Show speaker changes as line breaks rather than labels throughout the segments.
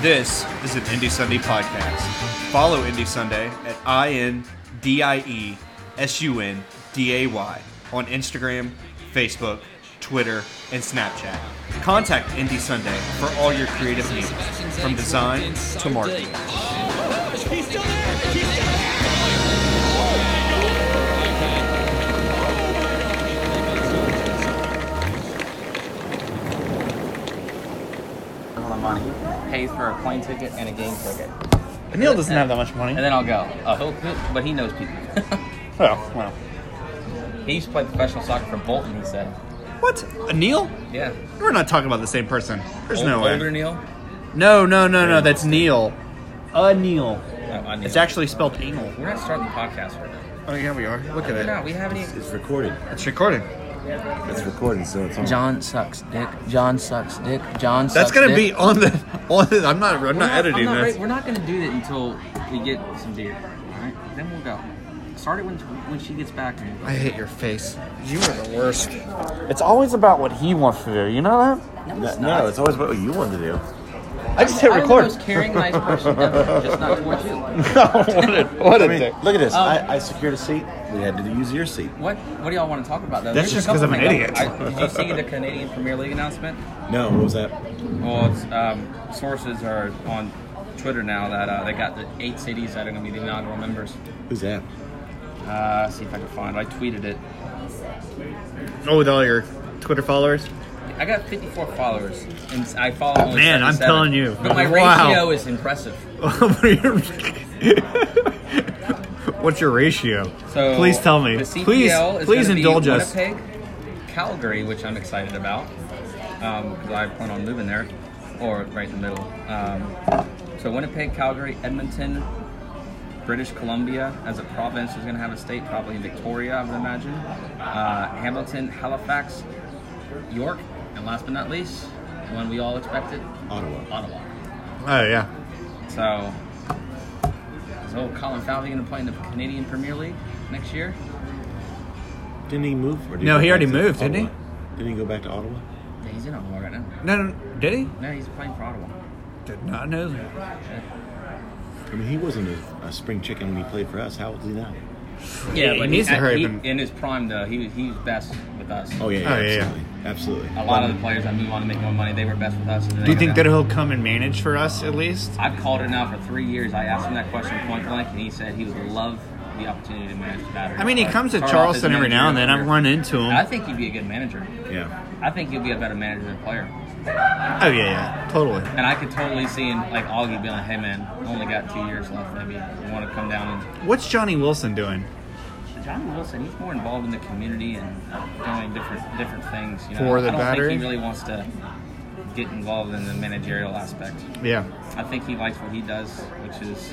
This is an Indie Sunday podcast. Follow Indie Sunday at I N D I E S U N D A Y on Instagram, Facebook, Twitter, and Snapchat. Contact Indie Sunday for all your creative needs, from design to marketing.
all the money. Pays for a plane ticket and a game ticket.
Neil doesn't have that much
And
money.
then I'll go. Oh, he'll, he'll, but he knows people.
Oh, well.
he used to play professional soccer for Bolton, he said.
What? Neil?
Yeah.
We're not talking about the same person. There's no
Old-
way.
Older Neil?
No, no, no, no. That's Neil. A Neil.
No, I Neil.
It's actually spelled anal.
We're not starting the podcast right now.
Oh, yeah, we are. Look at
No, we haven't even.
It's recorded.
It's recorded.
It's recorded, so it's on.
John sucks dick. John sucks dick. John sucks
That's gonna
dick.
be on the. On the I'm not. I'm not,
We're not,
editing
I'm not
this.
ready- We're not gonna do that until we get some beer. Alright? Then we'll go. Start it when, when she gets back. man.
I hate your face. You are the worst. It's always about what he wants to do. You know that?
No, no, it's always about what you want to do.
I just hit
I'm the
record.
most caring, nice person ever, just not towards you.
what a, what a
I mean,
dick.
look at this.
Um,
I, I secured a seat. We had to use your seat.
What What do y'all want to talk about though?
That's
There's
just
a
'cause I'm
couple
an
things.
idiot.
I- did you see the Canadian Premier League announcement?
No, what was that?
Well, it's, um, sources are on Twitter now that uh, they got the eight cities that are going to be the inaugural members.
Who's that?
Uh, let's see if I can find. it. I tweeted it.
Oh, with all your Twitter followers.
I got 54 followers, and I follow. Only
Man, I'm
77.
telling you.
But my
Wow.
ratio is impressive.
What are your- What's your ratio?
So
please tell me.
The CPL
please,
is
please
gonna be
indulge us.
Winnipeg, Calgary, which I'm excited about because I plan on moving there, or right in the middle. Um, so Winnipeg, Calgary, Edmonton, British Columbia as a province is going to have a state, probably Victoria, I would imagine. Uh, Hamilton, Halifax, York, and last but not least, the one we all expected,
Ottawa.
Ottawa.
Oh yeah.
So, is old Colin Falvey going to play in the Canadian Premier League next year?
Didn't he move? Or did
No,
go
he
back
already
to
moved, didn't
Ottawa? Didn't he go back to Ottawa?
Yeah, he's in Ottawa right now.
No, no, did he?
No, he's playing for Ottawa.
Did not know that.
I mean, he wasn't a, a spring chicken when he played for us. How old is he now?
Yeah, he needs to hurry up
he,
and-
in his prime though. He was he was best with us.
Oh yeah, yeah,
Oh, yeah, yeah.
absolutely, absolutely.
A lot of the players that move on to make more money, they were best with us.
Do you think that he'll come and manage for us at least?
I've called it now for three years. I asked him that question point blank, and he said he would love the opportunity to manage the battery.
I mean, he comes to
Start off
Charleston
his
every now and then.
managerial
I've run into
career. I
him.
think he'd be a good manager.
Yeah,
I think he'd be a better manager than player.
Oh yeah, yeah, totally.
And I could totally see him, like, Augie being like, hey, man, I only got two years left, maybe. You want to come down
What's Johnny Wilson doing?
and. John Wilson, he's more involved in the community and uh, doing different different things. You know?
For the
I don't
battery?
think he really wants to get involved in the managerial aspect.
Yeah,
I think he likes what he does, which is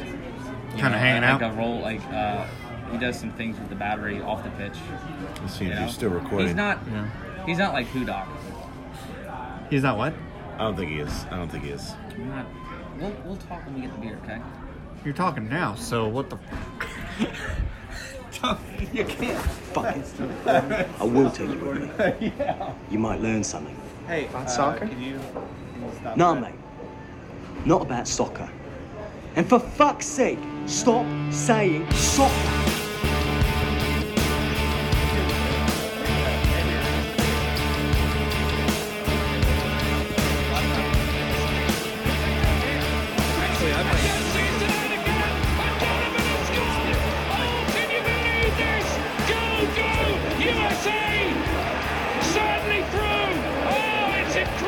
Kinda hanging
like
out.
a role. Like uh, he does some things with the battery off the pitch.
let's see
You
if
know?
he's still recording.
He's not.
Yeah.
He's not like Hudock.
he's not what?
I don't think he is. I don't think he is.
I'm not. We'll, we'll talk when we get the beer, okay?
You're talking now. So what the?
You can't.
I will take you with me. You might learn something.
Hey, on
soccer?
Can you stop
No,
that?
mate. Not about soccer. And for fuck's sake, stop saying soccer.
Oh,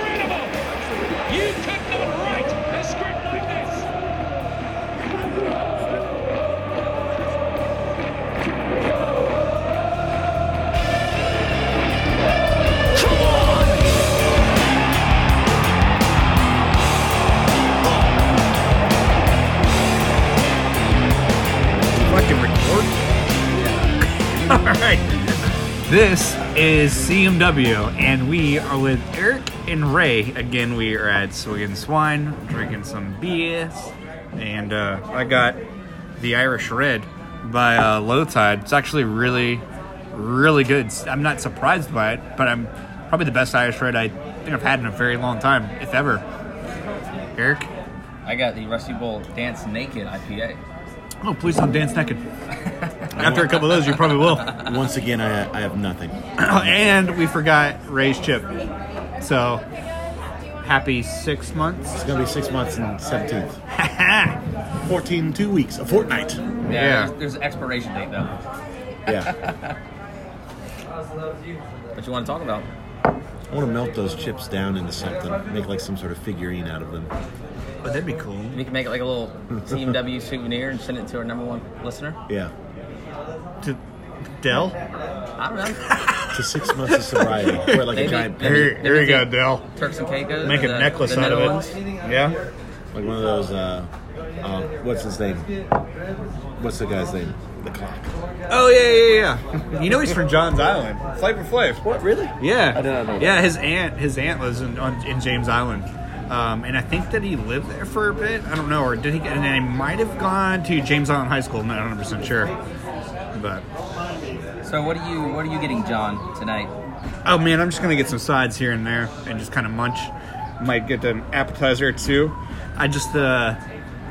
Oh, You could not write a script like this!
Fucking record. All right. This is CMW, and we are with Eric and Ray. Again, we are at Soy and Swine, drinking some BS. And uh, I got the Irish Red by uh, Low Tide. It's actually really, really good. I'm not surprised by it, but I'm probably the best Irish Red I think I've had in a very long time, if ever. Eric,
I got the Rusty Bowl Dance Naked IPA.
Oh, please don't dance naked. After a couple of those, you probably will.
Once again, I, I have nothing.
Oh, and we forgot Ray's chip. So happy six months.
It's gonna be six months and seventeenth. Oh, Fourteen, two weeks, a fortnight.
Yeah.
Yeah.
There's, there's an expiration date though.
Yeah,
What you want to talk about?
I want to melt those chips down into something, make like some sort of figurine out of them.
Oh, that'd be cool.
We can make like a little CMW souvenir and send it to our number one listener.
Yeah,
To Dell?
I don't know.
to six months of sobriety, wear like a
Maybe-
giant,
maybe-
parrot,
Here, here you go, Dell.
Turks and Caicos.
Make a
the-
necklace
the
out of
Netherlands.
it. Yeah?
like one of those. Uh, uh, what's his name? What's the guy's name? The clock.
Oh, yeah, yeah, yeah. You know he's from John's Island. Flavor Flav.
What really?
Yeah.
I did not know that.
Yeah, his aunt, his aunt lives in, on, in James Island. Um, and I think that he lived there for a bit. I don't know, or did he? And I might have gone to James Island High School. I'm not 100 percent sure, but
So what are you what are you getting, John, tonight?
Oh man, I'm just gonna get some sides here and there and just kind of munch. Might get an appetizer or two. I just, uh,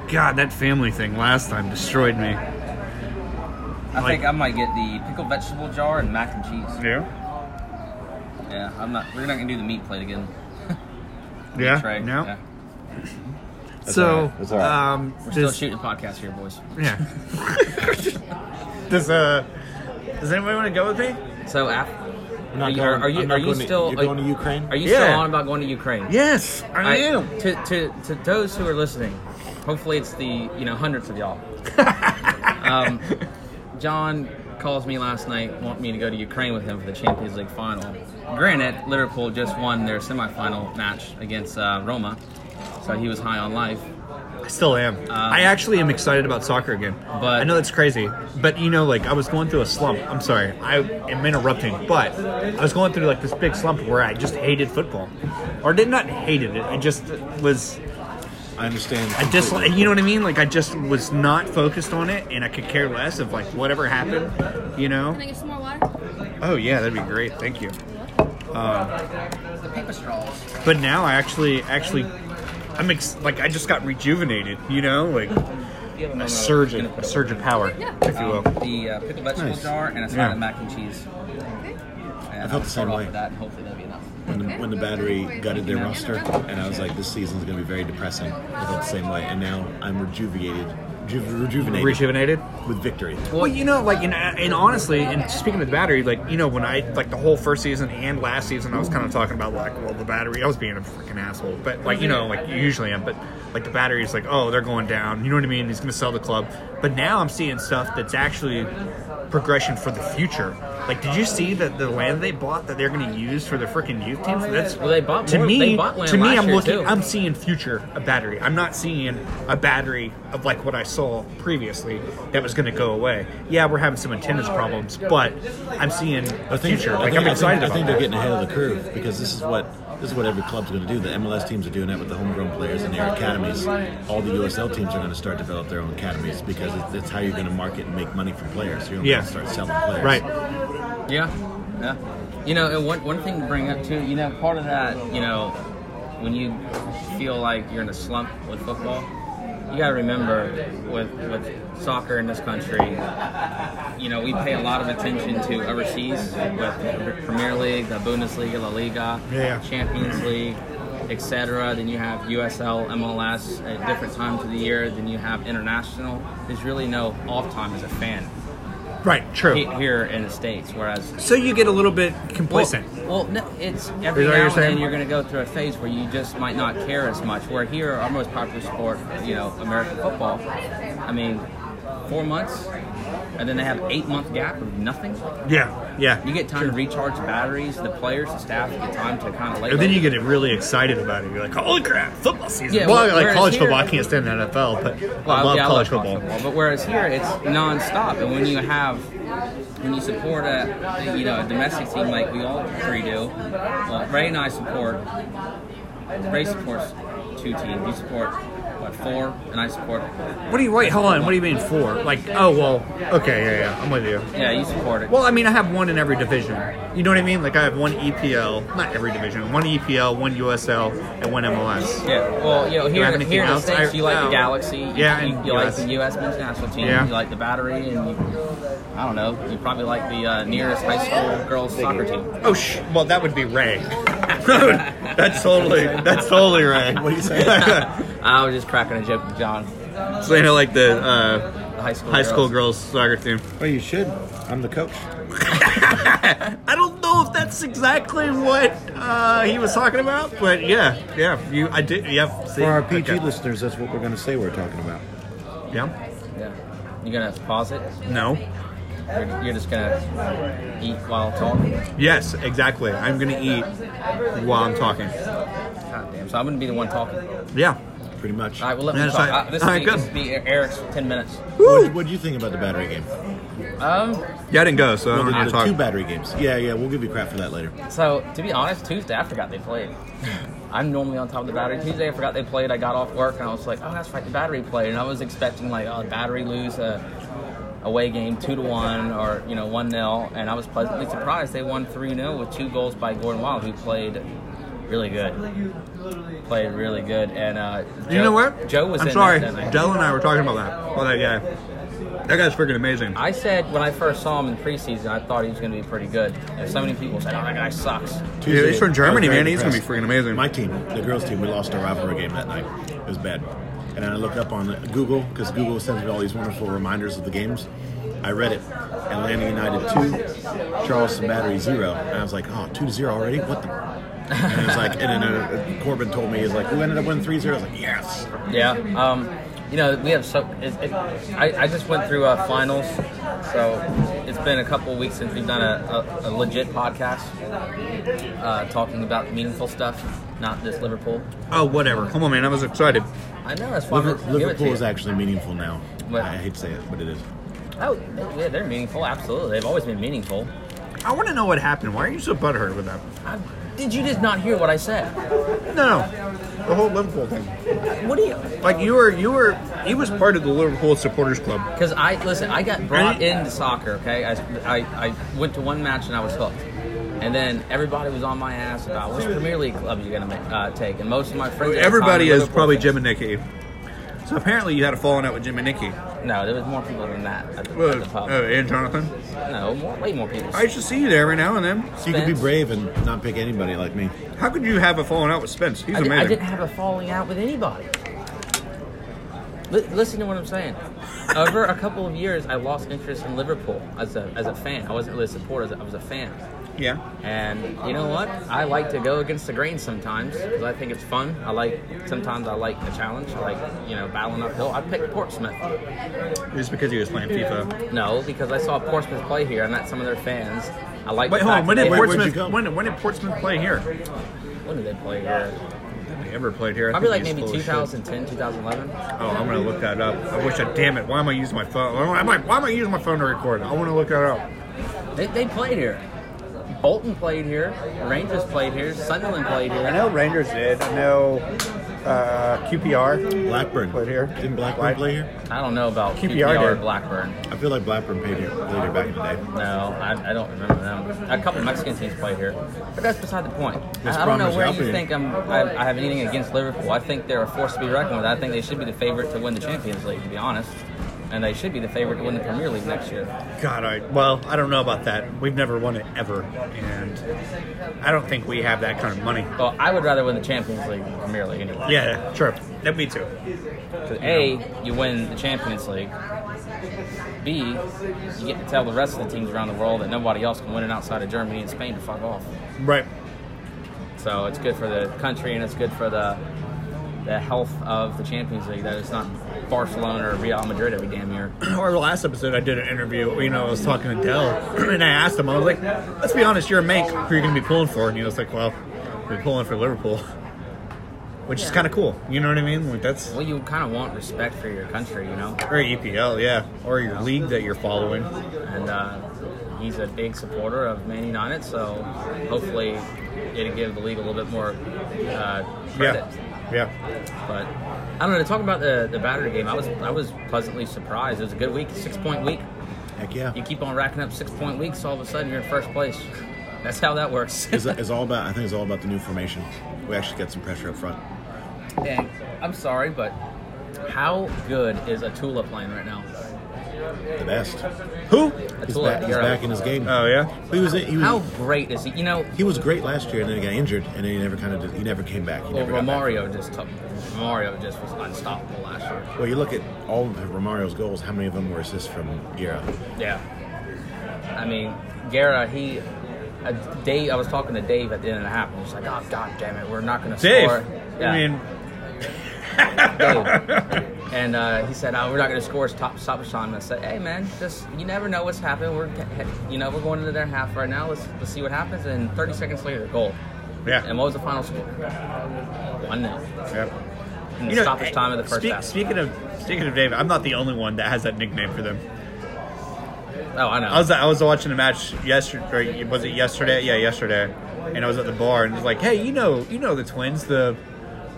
God, that family thing last time destroyed me.
I
Like-
think I might get the pickled vegetable jar and mac and cheese.
Yeah.
Yeah, I'm not. We're not gonna do the meat plate again.
Yeah.
Trey.
No.
Yeah.
all
So,
right. That's all right.
um,
We're still
does,
shooting a podcast here, boys.
yeah. does uh, does anybody want to go with me?
So after,
I'm
are
not
you,
going-
are you,
I'm
are
not
you
going to-
still
You're
are-
going to Ukraine?
Are you
Yeah.
still on about going to Ukraine?
Yes,
I- Um, To, to, to those who are listening, hopefully it's the you know hundreds of y'all. um, John calls me last night, want me to go to Ukraine with him for the Champions League final. Granted, Liverpool just won their semifinal match against uh, Roma, so he was high on life.
I still am. I actually am excited about soccer again.
But-
I know that's crazy. But you know, like I was going through a slump. I'm sorry, I am interrupting. But I was going through like this big slump where I just hated football, or did not hated it. I just was.
I understand.
I just.
completely.
You know what I mean? Like I just was not focused on it, and I could care less of like whatever happened. You know?
Can I get some more water?
Oh yeah, that'd be great. Thank you.
The paper straws.
But now I actually actually. I'm ex- like I just got rejuvenated, you know, like
Uh,
a surge, of, a surge of power, if you will.
The uh, pickled vegetable
Nice.
jar and a side
Yeah.
of mac and cheese. And
felt
I'll
the
start
same
off
way.
with that, and hopefully that'll be enough.
when the, when the battery gutted their roster, and I was like, this season's going to be very depressing. I felt the same way, and now I'm rejuvenated, ju- rejuvenated
Rejuvenated.
with victory.
Well, you know, like, and, uh, and honestly, and speaking of the battery, like, you know, when I, like, the whole first season and last season, I was kind of talking about, like, well, the battery, I was being a freaking asshole. But, like, you know, like, you usually am, but, like, the battery is like, oh, they're going down. You know what I mean? He's going to sell the club. But now I'm seeing stuff that's actually progression for the future. Like, did you see that the land they bought that they're going to use for the freaking youth teams? That's,
Oh, Well, they bought
to
more-
me,
they bought land
to me,
last
I'm
year,
looking,
too.
I'm seeing future a battery. I'm not seeing a battery of like what I saw previously that was going to go away. Yeah, we're having some attendance problems, but I'm seeing a future. Like
I
I'm excited
I think, I think
about.
they're
it.
getting ahead of the curve because this is what this is what every club's going to do. The MLS teams are doing that with the homegrown players and their academies. All the USL teams are going to start to develop their own academies because it's, it's how you're going to market and make money for players. You're going
Yeah.
to start selling players.
Right.
Yeah, yeah. You know, and one, one thing to bring up too, you know, part of that, you know, when you feel like you're in a slump with football, you gotta remember with with soccer in this country, you know, we pay a lot of attention to overseas with the Premier League, the Bundesliga, La Liga,
Yeah.
Champions League, etc. Then you have USL, MLS at different times of the year. Then you have international. There's really no off time as a fan
Right. True.
he- here in the states, whereas
So you get a little bit complacent.
well, well, no, it's every
Is that what
now
you're
and
saying?
then you're going to go through a phase where you just might not care as much. Where here, our most popular sport, you know, American football. I mean, four months, and then they have eight month gap of nothing.
yeah. Yeah.
You get time to recharge the batteries, the players, the staff get time to kind of lay.
And then
low.
you get really excited about it. You're like, "Holy crap, football season!"
Yeah,
well,
well,
like
whereas
college
here-
football, I can't stand the NFL, but
Well,
I love
yeah,
college
college
football.
But whereas here, it's nonstop, and when you have when you support a you know a domestic team like we all three do, well, Ray and I support. Ray supports two teams. You support what four, and I support. it.
What do you wait? Hold on. What do you mean for? Like, oh well. Okay, yeah, yeah. I'm with you.
Yeah, you support it.
Well, I mean, I have one in every division. You know what I mean? Like, I have one EPL, not every division, one EPL, one USL, and one MLS.
Yeah, well, you know,
have
here,
anything
here in the
else?
States,
I-
you like
no.
the Galaxy, you,
Yeah,
you,
and
you like
US.
the U.S. men's national team,
Yeah.
you like the Battery, and you, I don't know, you probably like the uh, nearest high school girls soccer team.
Oh, sh- well, that would be Ray. that's totally, that's totally Ray. What do you say?
I was just cracking a joke with John,
so, you know, like the uh,
the high school
high
girls.
school girls soccer team.
Well, you should. I'm the coach.
I don't know if that's exactly what uh, he was talking about, but yeah, yeah, you, I did, yeah. See,
For our PG
okay.
listeners, that's what we're going to say we're talking about.
yeah,
Yeah. You're gonna pause it.
no,
You're, you're just gonna eat while talking.
yes, exactly. I'm gonna eat while I'm talking.
God damn. So I'm gonna be the one talking. All
Yeah.
Pretty much.
right, well let
Yeah,
me
it's
talk.
like-
Uh, this,
all
will
right,
be,
good.
this will be Eric's ten minutes.
What what do you think about the battery game?
Um.
Yeah, I didn't go, so I don't
Well,
need
the
to talk.
two battery games. Yeah, yeah. We'll give you crap for that later.
So to be honest, Tuesday I forgot they played. I'm normally on top of the battery. Tuesday I forgot they played. I got off work and I was like, oh, that's right, the battery played. And I was expecting like, oh, the battery lose a away game two to one or you know one nil. And I was pleasantly surprised they won three 0 with two goals by Gordon Wild, who played really good. Played really good. And uh,
You
Joe-
know what?
Joe was
I'm
in
sorry.
That, that night.
Dell and I were talking about that. About that guy. That guy's freaking amazing.
I said when I first saw him in preseason, I thought he was going to be pretty good. And so many people said, oh, that guy sucks.
Dude, he's from
I was
Germany,
very
man. He's gonna be
depressed.
freaking amazing.
My team, the girls' team, we lost our rivalry game that night. It was bad. And I looked up on Google because Google sends me all these wonderful reminders of the games. I read it. Atlanta United two, Charleston Battery zero, and I was like, oh, two to zero already? What the? And it was like, and then uh, Corbin told me, he's like, we ended up winning 3-0. I was like, yes.
Yeah. Um, you know, we have so. It, it, I, I just went through uh, finals, so it's been a couple weeks since we've done a, a, a legit podcast uh, talking about meaningful stuff, not this Liverpool.
Oh, whatever. Come on, man. I was excited.
I know that's why I'm gonna give
Liver-
it to
Liverpool
you.
is actually meaningful now.
What?
I hate to say it, but it is.
Oh, yeah, they're meaningful. Absolutely, they've always been meaningful.
I want to know what happened. Why are you so butthurt with that?
I, did you just not hear what I said?
No, no. The whole Liverpool thing.
What do you?
Like you were, you were, he was part of the Liverpool supporters club.
Because I listen, I got brought
Any-
into soccer. Okay, I, I, I went to one match and I was hooked, and then everybody was on my ass about which Premier League club you're gonna make, uh, take, and most of my friends. at the time
Everybody
were
is
Liverpool
probably
fans.
Jim and Nicky. So apparently you had a falling out with Jim and Nicky.
No, there was more people than that at the, at the pub.
Oh, and Jonathan.
no, more, way more people.
I used to see you there every now and then.
So you could be
Spence.
brave and not pick anybody like me.
How could you have a falling out with Spence? He's
I, di- I
amazing.
didn't have a falling out with anybody. Li- listen to what I'm saying. Over a couple of years, I lost interest in Liverpool as a, as a fan. I wasn't really a supporter. I was a fan.
yeah.
And you know what? I like to go against the grain sometimes because I think it's fun. I like sometimes I like the challenge. I like you know battling uphill. I picked Portsmouth.
It's because he was playing FIFA.
No, because I saw Portsmouth play here. and met some of their fans. I like.
Wait,
the
hold
fact
on. When
that they-
did
Wait, where'd you
Portsmouth?
go?
When, when did Portsmouth play here?
When did they play here?
They ever played here? I
Probably like
think he's
maybe
full of shit.
2010, 2011.
Oh, I'm gonna look that up. I wish I damn it. Why am I using my phone? Why am I, why am I using my phone to record? I want to look that up.
They, they played here. Bolton played here. Rangers played here. Sunderland played here.
I know Rangers did. I know uh, QPR.
Blackburn.
Played here.
Didn't Blackburn
Black-
play here?
I don't know about
QPR
QPR or
did.
Blackburn.
I feel like Blackburn played here, played here back in the day.
No, I, I don't remember them. A couple of Mexican teams play here, but that's beside the point.
That's
I, I don't know
Brahma's
where
Albion.
you think I'm, I, I have anything against Liverpool. I think they're a force to be reckoned with. I think they should be the favorite to win the Champions League, to be honest, and they should be the favorite to win the Premier League next year.
God, I well, I don't know about that. We've never won it ever, and I don't think we have that kind of money.
Well, I would rather win the Champions League than the Premier League anyway.
Yeah, sure. That me too.
'Cause a, you win the Champions League. B, you get to tell the rest of the teams around the world that nobody else can win it outside of Germany and Spain to fuck off.
Right.
So it's good for the country and it's good for the the health of the Champions League that it's not Barcelona or Real Madrid every damn year.
Or the last episode, I did an interview. You know, I was talking to Dell, and I asked him. I was like, "Let's be honest, you're a mate. Who are you going to be pulling for?" And he was like, "Well, we're pulling for Liverpool." Which is kind of cool, you know what I mean? Like that's
Well, you kind of want respect for your country, you know.
or EPL, yeah, or your league that you're following.
And uh, he's a big supporter of Man United, so hopefully it'll give the league a little bit more uh, credit.
Yeah. Yeah.
But I don't know. To talk about the the Battery game, I was I was pleasantly surprised. It was a good week, six point week.
Heck yeah.
You keep on racking up six point weeks, all of a sudden you're in first place. That's how that works.
It's, it's all about. I think it's all about the new formation. We actually got some pressure up front.
and I'm sorry, but how good is Atula playing right now?
The best. Who? He's,
all
back,
right.
he's
You're
back
right.
in his game.
Oh yeah.
he was. He was.
How great is he? You know,
He was great last year, and then he got injured, and then he never kind of. He never came back.
Oh,
He
well,
never got back.
Romario just took, Romario just was unstoppable last year.
Well, you look at all of Romario's goals. How many of them were assists from Guerra?
Yeah. I mean, Guerra, he. A day, I was talking to Dave at the end of the half, and he was like, "Oh God damn it, we're not going to
Dave.
score." Yeah,
I mean,
Dave. and uh, he said, "Oh, we're not going to score." It's top stoppage time. And I said, "Hey man, just you never know what's happening. We're he- you know we're going into their half right now. Let's let's see what happens." And 30 seconds later, goal.
Yeah.
And what was the final score? One 0
yeah.
in the stoppage time of the first
speak-
half.
Speaking of speaking of Dave, I'm not the only one that has that nickname for them.
Oh, I know.
I was I was watching a match yesterday. Or was it yesterday? Yeah, yesterday. And I was at the bar and it was like, "Hey, you know, you know the twins, the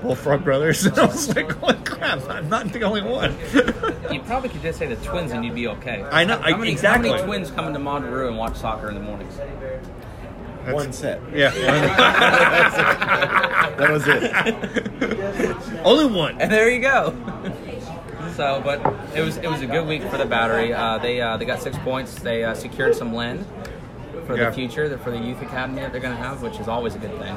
Bullfrog brothers." And I was like, "What crap? I'm not the only one."
You probably could just say the twins and you'd be okay.
I know, I-
How many,
exactly.
How many twins come into Monterey and watch soccer in the mornings?
One set.
yeah,
That was it.
only one.
And there you go. so, but it was it was a good week for the battery. Uh, they uh, they got six points. They uh, secured some land for
Yeah.
the future for the youth academy that they're going to have, which is always a good thing.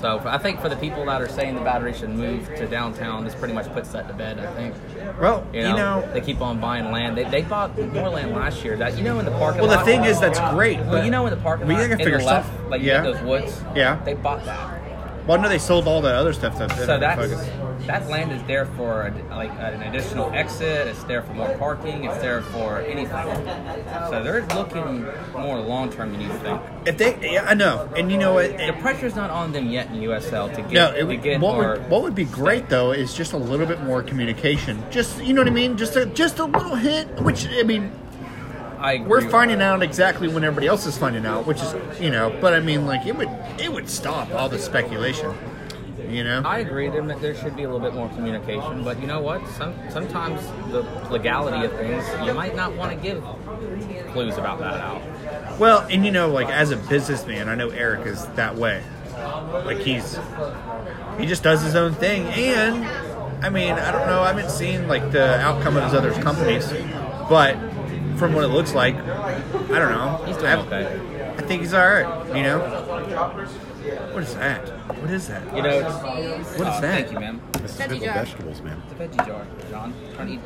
So I think for the people that are saying the battery should move to downtown, this pretty much puts that to bed. I think
Well,
you know, they keep on buying land. They, they bought more land last year. That you know in the parking
well,
lot.
the thing is, that's great.
Well,
but-
you know, in the parking
We
lot,
gotta
in
figure
the
stuff-
left, like
yeah.
you got those woods.
Yeah.
they bought that.
well, no, they sold all that other stuff. That
So that's that land is there for like an additional exit. It's there for more parking. It's there for anything. So they're looking more long term than you think.
if they. Yeah, I know. And you know what?
The pressure's not on them yet in USL to get
No, it
to
would,
get
what
more.
would what would be great though is just a little bit more communication. Just you know what I mean? Just a just a little hint. Which I mean,
I agree
we're
with-
finding out exactly when everybody else is finding out, which is you know. But I mean, like it would it would stop all the speculation. You know?
I agree there that there should be a little bit more communication, but you know what? Some, sometimes the legality of things, you might not want to give clues about that out.
well, and you know, like as a businessman, I know Eric is that way. Like he's he just does his own thing, and I mean, I don't know. I haven't seen like the outcome of his other companies, but from what it looks like, I don't know.
He's
I
doing
haven't-
okay.
I think he's all right. You know, what is that? What is that?
You know, it's-
What is
Aw,
that?
Thank you, ma'am.
This is
Veggie
pickled
jar.
vegetables, man.
It's a veggie jar, John. Trying to eat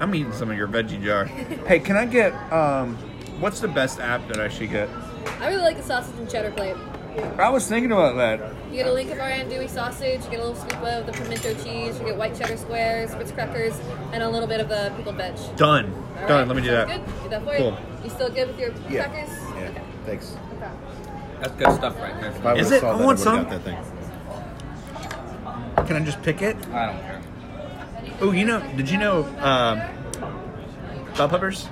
I'm eating some of your veggie jar. hey, can I get um, what's the best app that I should get?
I really like the sausage and cheddar plate.
I was thinking about that.
You get a link of our andouille sausage, you get a little scoop of the pimento cheese, you get white cheddar squares, Ritz crackers, and a little bit of the pickled veg.
Done,
All
done.
right,
Let me do that.
sounds Good. Do that for
Cool.
you. You still good with your
Yeah.
crackers?
Yeah.
Okay.
Thanks.
no problem.
That's good stuff right there.
If I
Is
would've
it?
saw that,
I want
would've
some.
Got that thing.
Can I just pick it?
I don't care.
Oh, you know, did you know um, bell peppers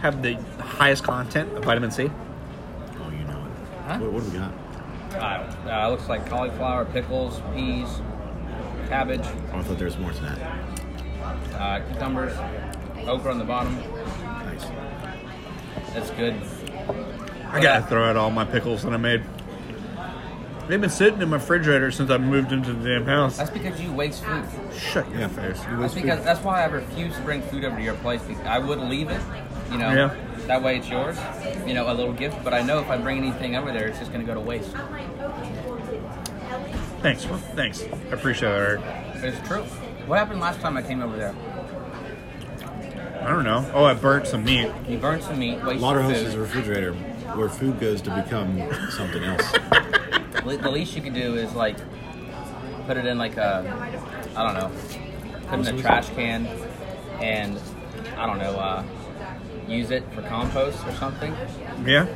have the highest content of vitamin C?
Oh, you know it. What, what do we got?
I don't- Uh, it looks like cauliflower, pickles, peas, cabbage,
Oh, I thought there was more to that.
uh, cucumbers, okra on the bottom.
Nice.
That's good.
I gotta throw out all my pickles that I made. They've been sitting in my refrigerator since I moved into the damn house.
That's because you waste food.
Shut your
Yeah.
face.
I think I, that's why I refuse to bring food over to your place. Because I would leave it, you know.
Yeah.
That way it's yours, you know, a little gift. But I know if I bring anything over there, it's just going to go to waste.
Thanks, well, thanks. I appreciate it, Eric.
It's true. What happened last time I came over there?
I don't know. Oh, I burnt some meat.
You burned some meat, wasted
Lauderhouse
food.
is a refrigerator where food goes to become something else.
Le- the least you could do is like put it in like a, I don't know, put it in a trash can, and I don't know, uh, use it for compost or something.
Yeah?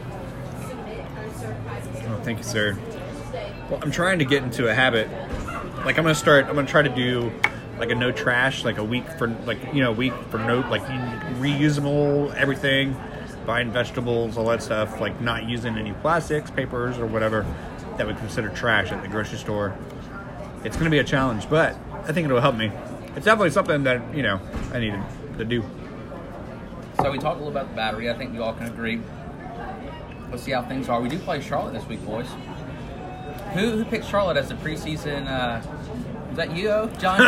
Oh, thank you, sir. Well, I'm trying to get into a habit. Like, I'm gonna start, I'm gonna try to do like a no trash, like a week for, like, you know, a week for no, like reusable everything, buying vegetables, all that stuff, like not using any plastics, papers, or whatever that we consider trash at the grocery store. It's going to be a challenge, but I think it'll help me. It's definitely something that, you know, I need to do.
So we talked a little about the battery. I think we all can agree. Let's see how things are. We do play Charlotte this week, boys. Who who picked Charlotte as the preseason? Uh, is that you, O? John?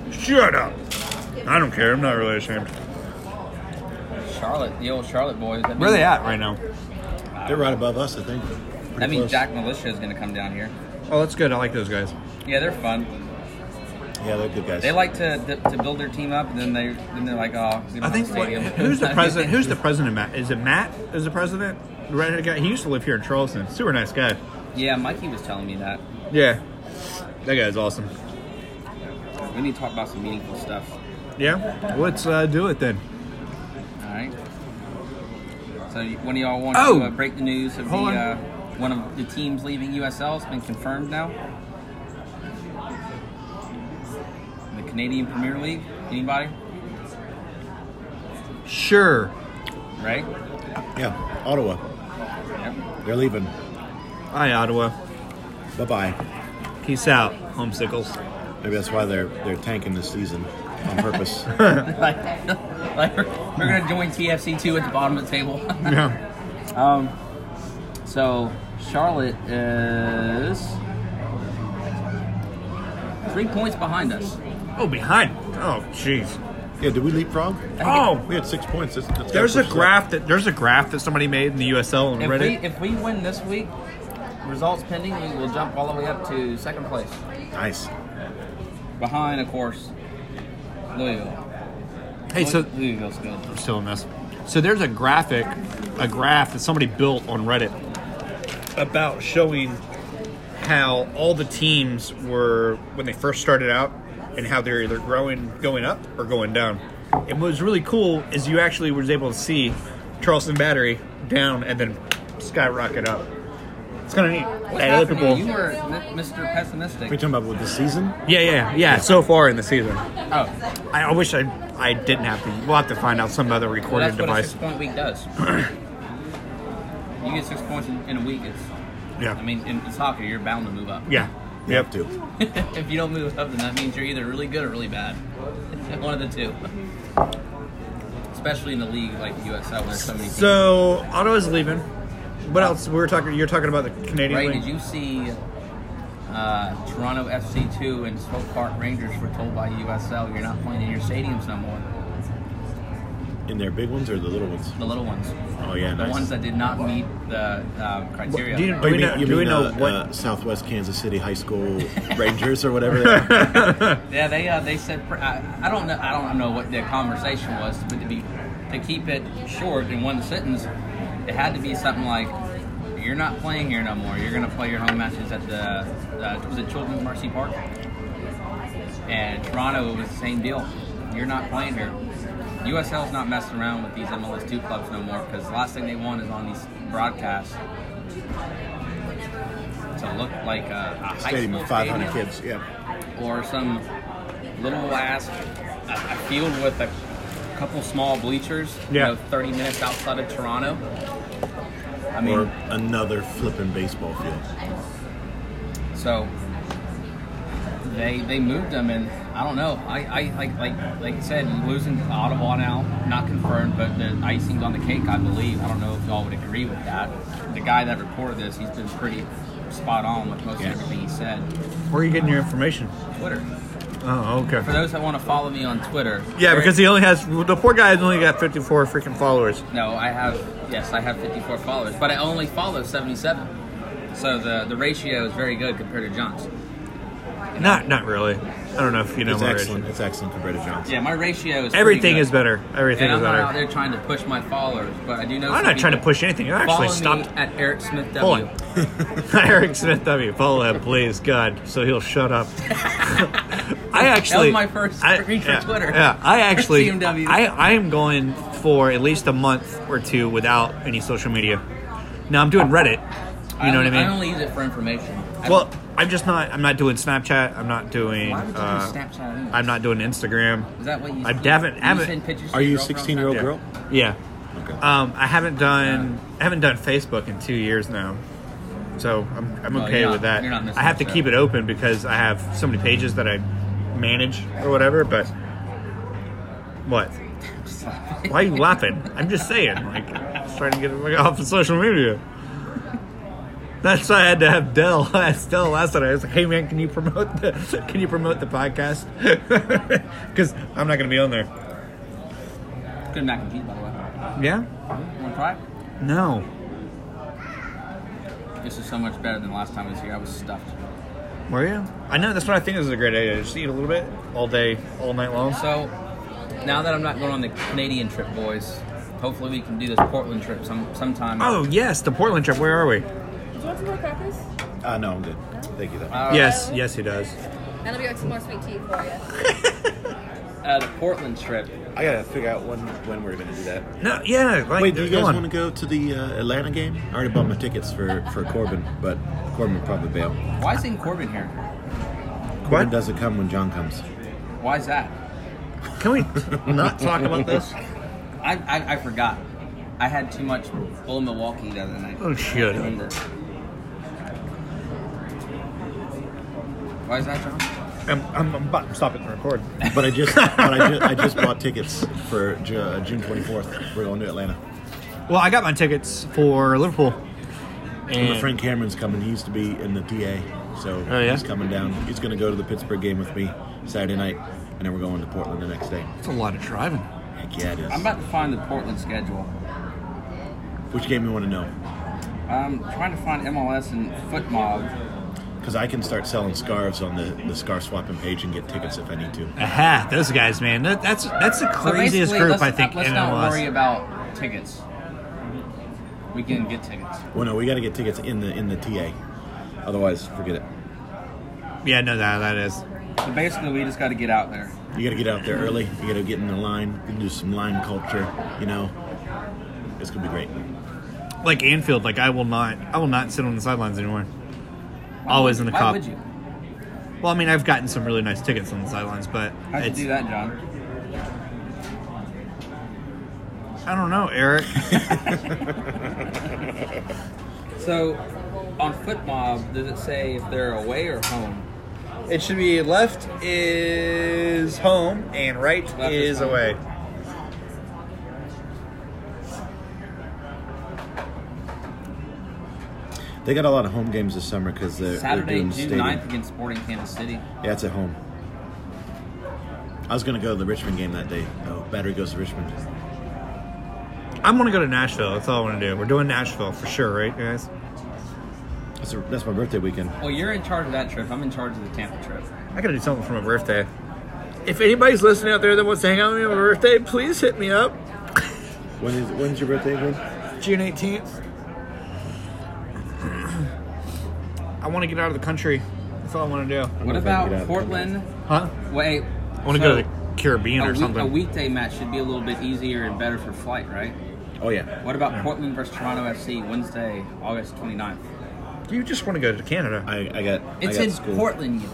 O?
Shut up. I don't care. I'm not really ashamed.
Charlotte, the old Charlotte boys. That
Where are
means-
they at right now?
They're right above us, I think. Pretty
That means
close.
Jack Militia is going to come down here.
Oh, that's good. I like those guys.
Yeah, they're fun.
Yeah, they're good guys.
They like to to build their team up, and then they then they're like, oh, we don't
I
have
think
a stadium.
who's the president? Who's the president? Matt is it Matt? Is the president the redheaded guy? He used to live here in Charleston. Super nice guy.
yeah, Mikey was telling me that.
Yeah, that guy's awesome.
We need to talk about some meaningful stuff.
Yeah, let's uh, do it then.
All right. So one of y'all want
Oh!
to uh, break the news of
Hold
the uh,
on.
one of the teams leaving USL? It's been confirmed now. The Canadian Premier League. Anybody?
Sure.
Right?
yeah, Ottawa.
Yep.
They're leaving.
Hi, Ottawa.
Bye bye.
Peace out, homesickles.
Maybe that's why they're they're tanking this season on purpose.
like, like we're, we're gonna join TFC two at the bottom of the table.
Yeah.
um, so Charlotte is three points behind us.
Oh, behind. Oh, jeez.
yeah, did we leapfrog?
Oh,
We had six points. That's, that's gotta
there's a
push us up.
graph that there's a graph that somebody made in the USL on
If
Reddit.
we if we win this week, results pending, we will jump all the way up to second place.
Nice.
Behind, of course, Louisville.
Hey, so
Louisville's good.
I'm still in this. So there's a graphic, a graph that somebody built on Reddit about showing how all the teams were when they first started out and how they're either growing, going up, or going down. And what was really cool is you actually was able to see Charleston Battery down and then skyrocket up. It's kind of neat.
What's
And other
happening?
people,
You were mi- Mr.
Are you
Pessimistic.
talking about with the season?
yeah, yeah, yeah. So far in the season,
Oh,
I, I wish I I didn't have to. We'll have to find out some other
Well,
recorded
that's what a
device.
six-point week does. you get six points in, in a week. It's, I
Yeah,
mean, in, it's soccer. You're bound to move up.
yeah,
You have to.
if you don't move up, then that means you're either really good or really bad. One of the two. Especially in the league like the USL, where there's so many. teams.
So Ottawa's leaving. What else? We were talking. You're talking about the Canadian
Ray,
league.
did you see uh, Toronto FC two and Stoke Park Rangers were told by USL you're not playing in your stadiums no more?
In their big ones or the little ones?
The little ones,
Oh yeah,
the
nice.
ones that did not meet the uh, criteria.
do you-
Oh, you
We
mean,
know-
you
do we
mean,
know
uh,
what-
uh, Southwest Kansas City High School Rangers or whatever? They are?
Yeah, they uh, they said pr- I, I don't know I don't know what the conversation was, but to be to keep it short in one sentence, it had to be something like, "You're not playing here no more. You're gonna play your home matches at the uh, was it Children's Mercy Park?" And Toronto it was the same deal. You're not playing here. USL's not messing around with these MLS two clubs no more because the last thing they want is on these broadcasts to look like a, a high
Stadium
school
of 500
stadium
kids. Yeah.
or some little ass a, a field with a couple small bleachers.
Yeah.
You know, 30 minutes outside of Toronto. I mean,
Or another flipping baseball field.
so they they moved them, and I don't know. I, I like like like I said, losing to Ottawa now, not confirmed, but the icing's on the cake, I believe. I don't know if y'all would agree with that. The guy that reported this, he's been pretty spot on with most
Yeah.
of everything he said.
Where are you getting your information?
Twitter.
Oh,
For
okay.
those that want to follow me on Twitter,
Yeah,
there-
because he only has the poor guy's only got 54 freaking followers.
No, I have yes, I have 54 followers, but I only follow 77. So the the ratio is very good compared to John's.
Not, not really. I don't know if you know.
It's
my
excellent.
ratio.
It's excellent compared to Johnson.
Yeah, my ratio is pretty
Everything
good.
is better. Everything
And
is
I'm not out
better.
there trying to push my followers, but I do know. some
I'm not trying to
people.
push anything. I
Follow
actually
me
stopped.
at Eric Smith
Hold
W.
on. Eric Smith W. Follow him, please, God, so he'll shut up. I actually
my first screen for
yeah,
Twitter.
Yeah, I actually,
CMW.
I, I am going for at least a month or two without any social media. Now I'm doing Reddit. You know what I mean?
I only use it for information. I
well, I'm just not. I'm not doing Snapchat. I'm not doing.
why would you do
uh,
Snapchat? anyway?
I'm not doing Instagram.
Is that what you?
I haven't-
you
haven't-
send pictures to
Are
your
you a
girlfriend on
16 year old
Yeah.
girl?
Yeah.
Okay.
Um, I haven't done. I haven't done Facebook in two years now. So I'm, I'm
Well,
okay
you're not-
with that.
you're not missing
I have to
much
keep
out.
it open because I have so many pages that I manage or whatever. But what? Why are you laughing? I'm just saying. Like, just trying to get it off of social media. That's why I had to have Dell. I asked Dell last night. I was like, "Hey man, can you promote the can you promote the podcast? Because I'm not gonna be on there."
Good mac and cheese, by the way.
Yeah.
Want to try it?
No.
This is so much better than last time I was here. I was stuffed.
Were you? I know. That's what I think is a great idea. Just eat a little bit all day, all night long.
So, now that I'm not going on the Canadian trip, boys, hopefully we can do this Portland trip some sometime.
Oh yes, the Portland trip. Where are we?
Do you want some more crackers?
Uh, no, I'm good. Thank you, though.
Uh,
Yes, yes, he does.
And I'll be like some more sweet tea for you.
Uh, the Portland trip.
I gotta figure out when when we're gonna do that.
No, yeah. Like,
Wait, do you
go
guys
on.
want to go to the uh, Atlanta game? I already bought my tickets for for Corbin, but Corbin would probably bail.
Why is Zane Corbin here?
Corbin
What?
doesn't come when John comes.
Why is that?
Can we not talk about this?
I, I, I forgot. I had too much Bull Milwaukee the other night.
Oh, shut up.
Remember. Why is that, John?
I'm, I'm, I'm about to stop it and record.
But I just but I, ju- I just bought tickets for Ju- uh, June 24th. We're going to Atlanta.
Well, I got my tickets for Liverpool.
And my friend Cameron's coming. He used to be in the TA, so
Oh, yeah?
he's coming down. He's gonna go to the Pittsburgh game with me Saturday night, and then we're going to Portland the next day.
That's a lot of driving.
Heck yeah, it is.
I'm about to find the Portland schedule.
Which game you want to know?
I'm trying to find MLS and Foot Mob.
Because I can start selling scarves on the the scarf swapping page and get tickets if I need to.
Aha, those guys, man. That, that's that's the
So
craziest
basically,
group
let's
I
not-
think
Let's
in
not
MLS.
worry about tickets. We can get tickets.
Well, no, we got to get tickets in the in the TA. Otherwise, forget it.
yeah, no, that that is.
So basically, we just got to get out there.
You got to get out there early. You got to get in the line. You can do some line culture. You know, it's gonna be great.
Like Anfield, like I will not, I will not sit on the sidelines anymore. Always in the
Why
cop.
would you?
Well, I mean, I've gotten some really nice tickets on the sidelines, but
How'd you
it's,
do that, John?
I don't know, Eric.
So, on Foot Mob, does it say if they're away or home?
It should be left is home and right
Left is is home. away.
They got a lot of home games this summer because they're, they're
Saturday,
doing
June
the stadium.
9th against Sporting Kansas City.
Yeah, it's at home. I was gonna go to the Richmond game that day. Oh, battery goes to Richmond.
I'm gonna go to Nashville. That's all I want to do. We're doing Nashville for sure, right, guys?
That's, a, that's my birthday weekend.
Well, you're in charge of that trip. I'm in charge of the Tampa trip.
I gotta do something for my birthday. If anybody's listening out there that wants to hang out with me on my birthday, please hit me up.
When is when's your birthday again?
June 18th. I want to get out of the country. That's all I want to do.
I don't
What
know if I can get out
about
of
Portland?
Huh?
Wait.
I want to go to the Caribbean
a,
or
week-
something.
a weekday match should be a little bit easier and better for flight, right?
Portland. Oh yeah.
What about Portland versus Toronto FC Wednesday, August 29th?
You just want to go to Canada.
I, I got.
It's
I got
in
school.
Portland, you.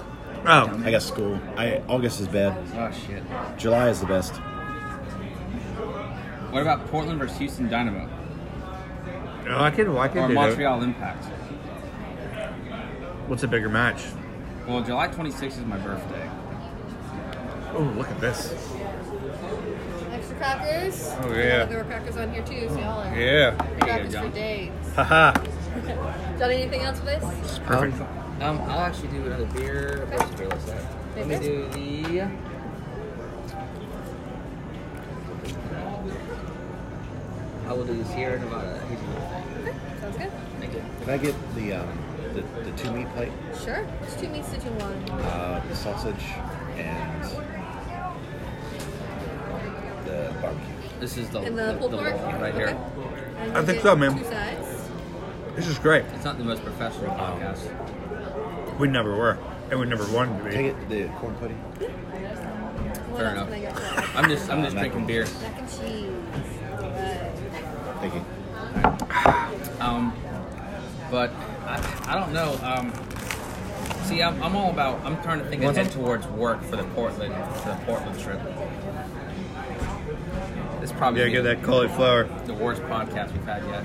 Oh,
I got school. I August is bad.
Oh, shit.
July is the best.
What about Portland versus Houston Dynamo?
oh I could, well, I could
Or
do that.
Montreal Impact?
What's a bigger match?
Well, July 26th is my birthday.
Oh, look at this.
Extra crackers.
Oh, yeah.
There were crackers on here too, so y'all are
Yeah.
you
crackers
go,
for
John.
days.
Haha.
John, anything else for this?
It's perfect.
Um, I'll actually do another beer.
Okay.
Where's the beer list at? Let me do the. I will do the Sierra Nevada. hazy beer.
Sounds good.
Thank you.
Can I get the um, the, the two meat plate,
Sure. Which two meats did you want?
uh, the sausage, and the barbecue?
This is the,
And the pulled pork?
wall right
Okay.
here.
And
I
you
think
get
so, ma'am.
Two sides.
This is great.
It's not the most professional podcast.
We never were, and we never wanted to be.
get the corn pudding?
What
Fair
else
enough.
can I get for that?
I'm just I'm just
Uh,
drinking beer.
Mac and cheese. Alright.
Thank you.
Um, but I, I don't know. Um, see, I'm, I'm all about. I'm trying to think ahead towards work for the Portland for the Portland trip. It's probably
Yeah, get that cauliflower.
the worst podcast we've had yet.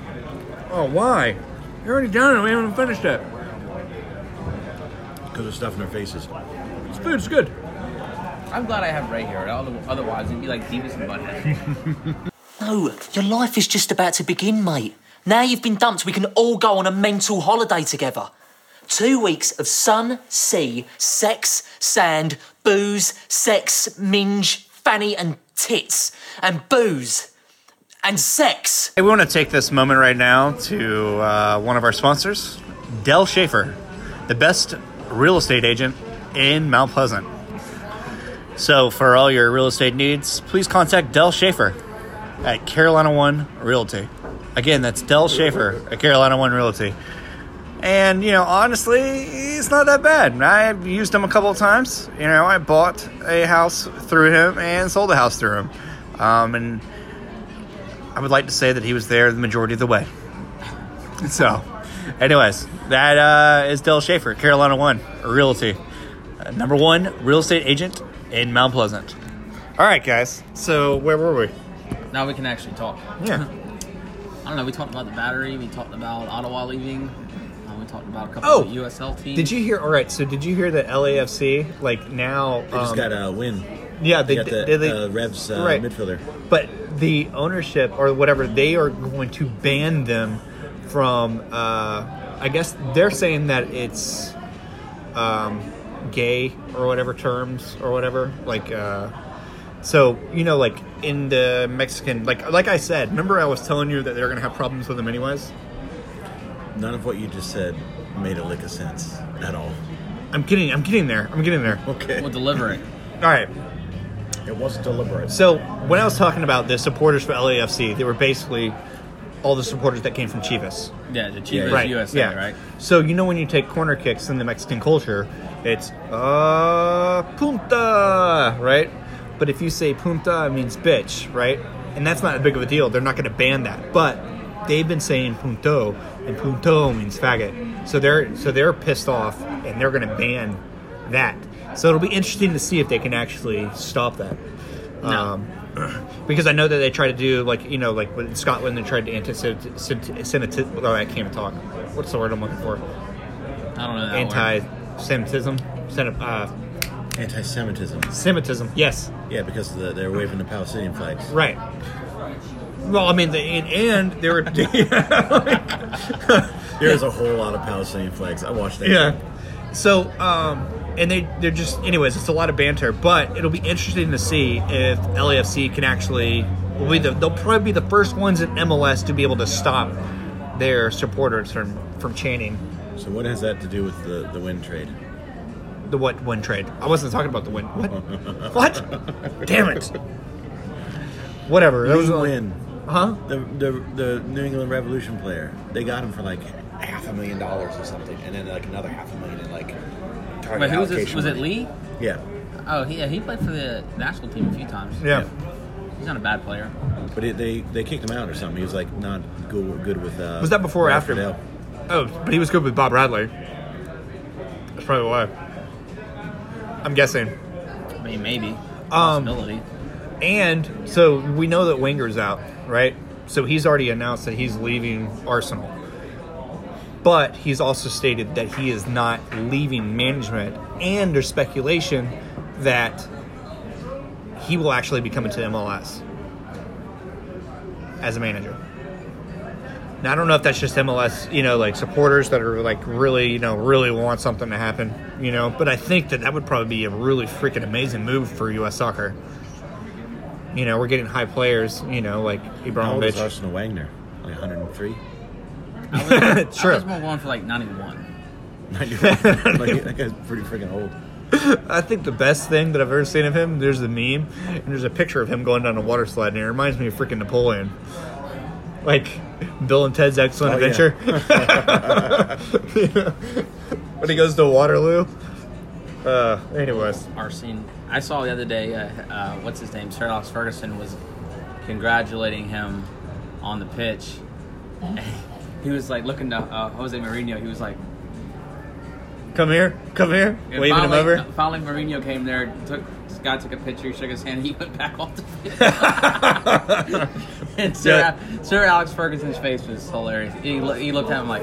Oh, why? You're already done it. We haven't finished it.
because of stuff in our faces.
This food's good.
I'm glad I have Ray here. other- Otherwise, it'd be like Beavis and Butthead.
No, your life is just about to begin, mate. Now you've been dumped, we can all go on a mental holiday together. Two weeks of sun, sea, sex, sand, booze, sex, minge, fanny, and tits, and booze, and sex.
Hey, we want to take this moment right now to uh, one of our sponsors, Dell Schaefer, the best real estate agent in Mount Pleasant. So, for all your real estate needs, please contact Dell Schaefer at Carolina One Realty. Again, that's Dell Schaefer at Carolina One Realty. And, you know, honestly, it's not that bad. I've used him a couple of times. You know, I bought a house through him and sold a house through him. Um, and I would like to say that he was there the majority of the way. So, anyways, that uh, is Del Schaefer, Carolina One Realty, uh, number one real estate agent in Mount Pleasant. All right, guys. So where were we?
now we can actually talk.
Yeah.
I don't know. We talked about the battery. We talked about Ottawa leaving. Uh, we talked about a couple
Oh!
of USL teams.
Did you hear? All right. So did you hear that LAFC like now?
They just
um,
got a win.
yeah,
They
they,
got
did.
the
they-
uh, Revs uh,
right.
midfielder.
but the ownership or whatever they are going to ban them from uh, i guess they're saying that it's um, gay or whatever terms or whatever like uh, so you know like in the mexican like like i said remember i was telling you that they're gonna have problems with them anyways
None of what you just said made a lick of sense at all.
i'm kidding i'm getting there i'm getting there all
Okay.
We'll deliver it.
right
It was deliberate.
So when I was talking about the supporters for LAFC, they were basically all the supporters that came from Chivas.
Yeah, the Chivas
right.
USA,
yeah.
right?
So you know when you take corner kicks in the Mexican culture, it's uh punta, right? But if you say punta, it means bitch, right? And that's not a big of a deal. They're not going to ban that. But they've been saying punto, and punto means faggot. So they're so they're pissed off, and they're going to ban that. So it'll be interesting to see if they can actually stop that. Um, because I know that they try to do like you know like in Scotland they tried to anti-Semitism. Oh, I can't even talk. What's the word I'm looking for?
I don't know that word.
Anti-Semitism. Sen- uh,
Anti-Semitism.
Semitism. Yes.
Yeah, because the, they're waving the Palestinian flags.
Right. Well, I mean, the, and, and they were.
There's a whole lot of Palestinian flags. I watched that.
Yeah. So, um, and they they're just anyways. It's a lot of banter, but it'll be interesting to see if LAFC can actually. Will be the, they'll probably be the first ones in MLS to be able to stop their supporters from from chanting
So what has that to do with the, the wind trade?
the what win trade. I wasn't talking about the win. What? what? Damn it. Whatever. That was
Lee
all-
Win,
Huh?
the, the the New England Revolution player. They got him for like half a million dollars or something, and then like another half a million in like. target
Wait, who was this?
allocation
Was it
money.
Lee?
Yeah,
Oh, he, yeah, he played for the national team a few times.
Yeah.
He's not a bad player.
but it, they they kicked him out or something. He was like not good, good with. Uh,
Was that before or after?
Fidel.
Oh, but he was good with Bob Radley. That's probably why. I'm guessing.
I mean, maybe.
Um,
Possibility.
And so we know that Wenger's out, right? So he's already announced that he's leaving Arsenal. But he's also stated that he is not leaving management, and there's speculation that he will actually be coming to MLS as a manager. Now I don't know if that's just MLS, you know, like supporters that are like really, you know, really want something to happen, you know. But I think that that would probably be a really freaking amazing move for U.S. Soccer. You know, we're getting high players, you know, like
How old is
Ibrahimovic.
Arsenal Wagner? Like 103.
I was
Sure,
more going for like 91.
like, that guy's pretty freaking old.
I think the best thing that I've ever seen of him. There's the meme, and there's a picture of him going down a water slide, and it reminds me of freaking Napoleon, like Bill and Ted's Excellent
Oh, yeah.
Adventure. when he goes to Waterloo. Uh, anyways.
Arsene. I saw the other day, uh, uh, what's his name? Sir Alex Ferguson was congratulating him on the pitch. he was like looking to uh, Jose Mourinho. He was like,
Come here, come here,
And
waving him
finally- uh,
over.
Finally, Mourinho came there, took, got Scott took a picture, shook his hand, and he went back off the field. and Sir, Al- Sir Alex Ferguson's face was hilarious. He, lo- he looked at him like,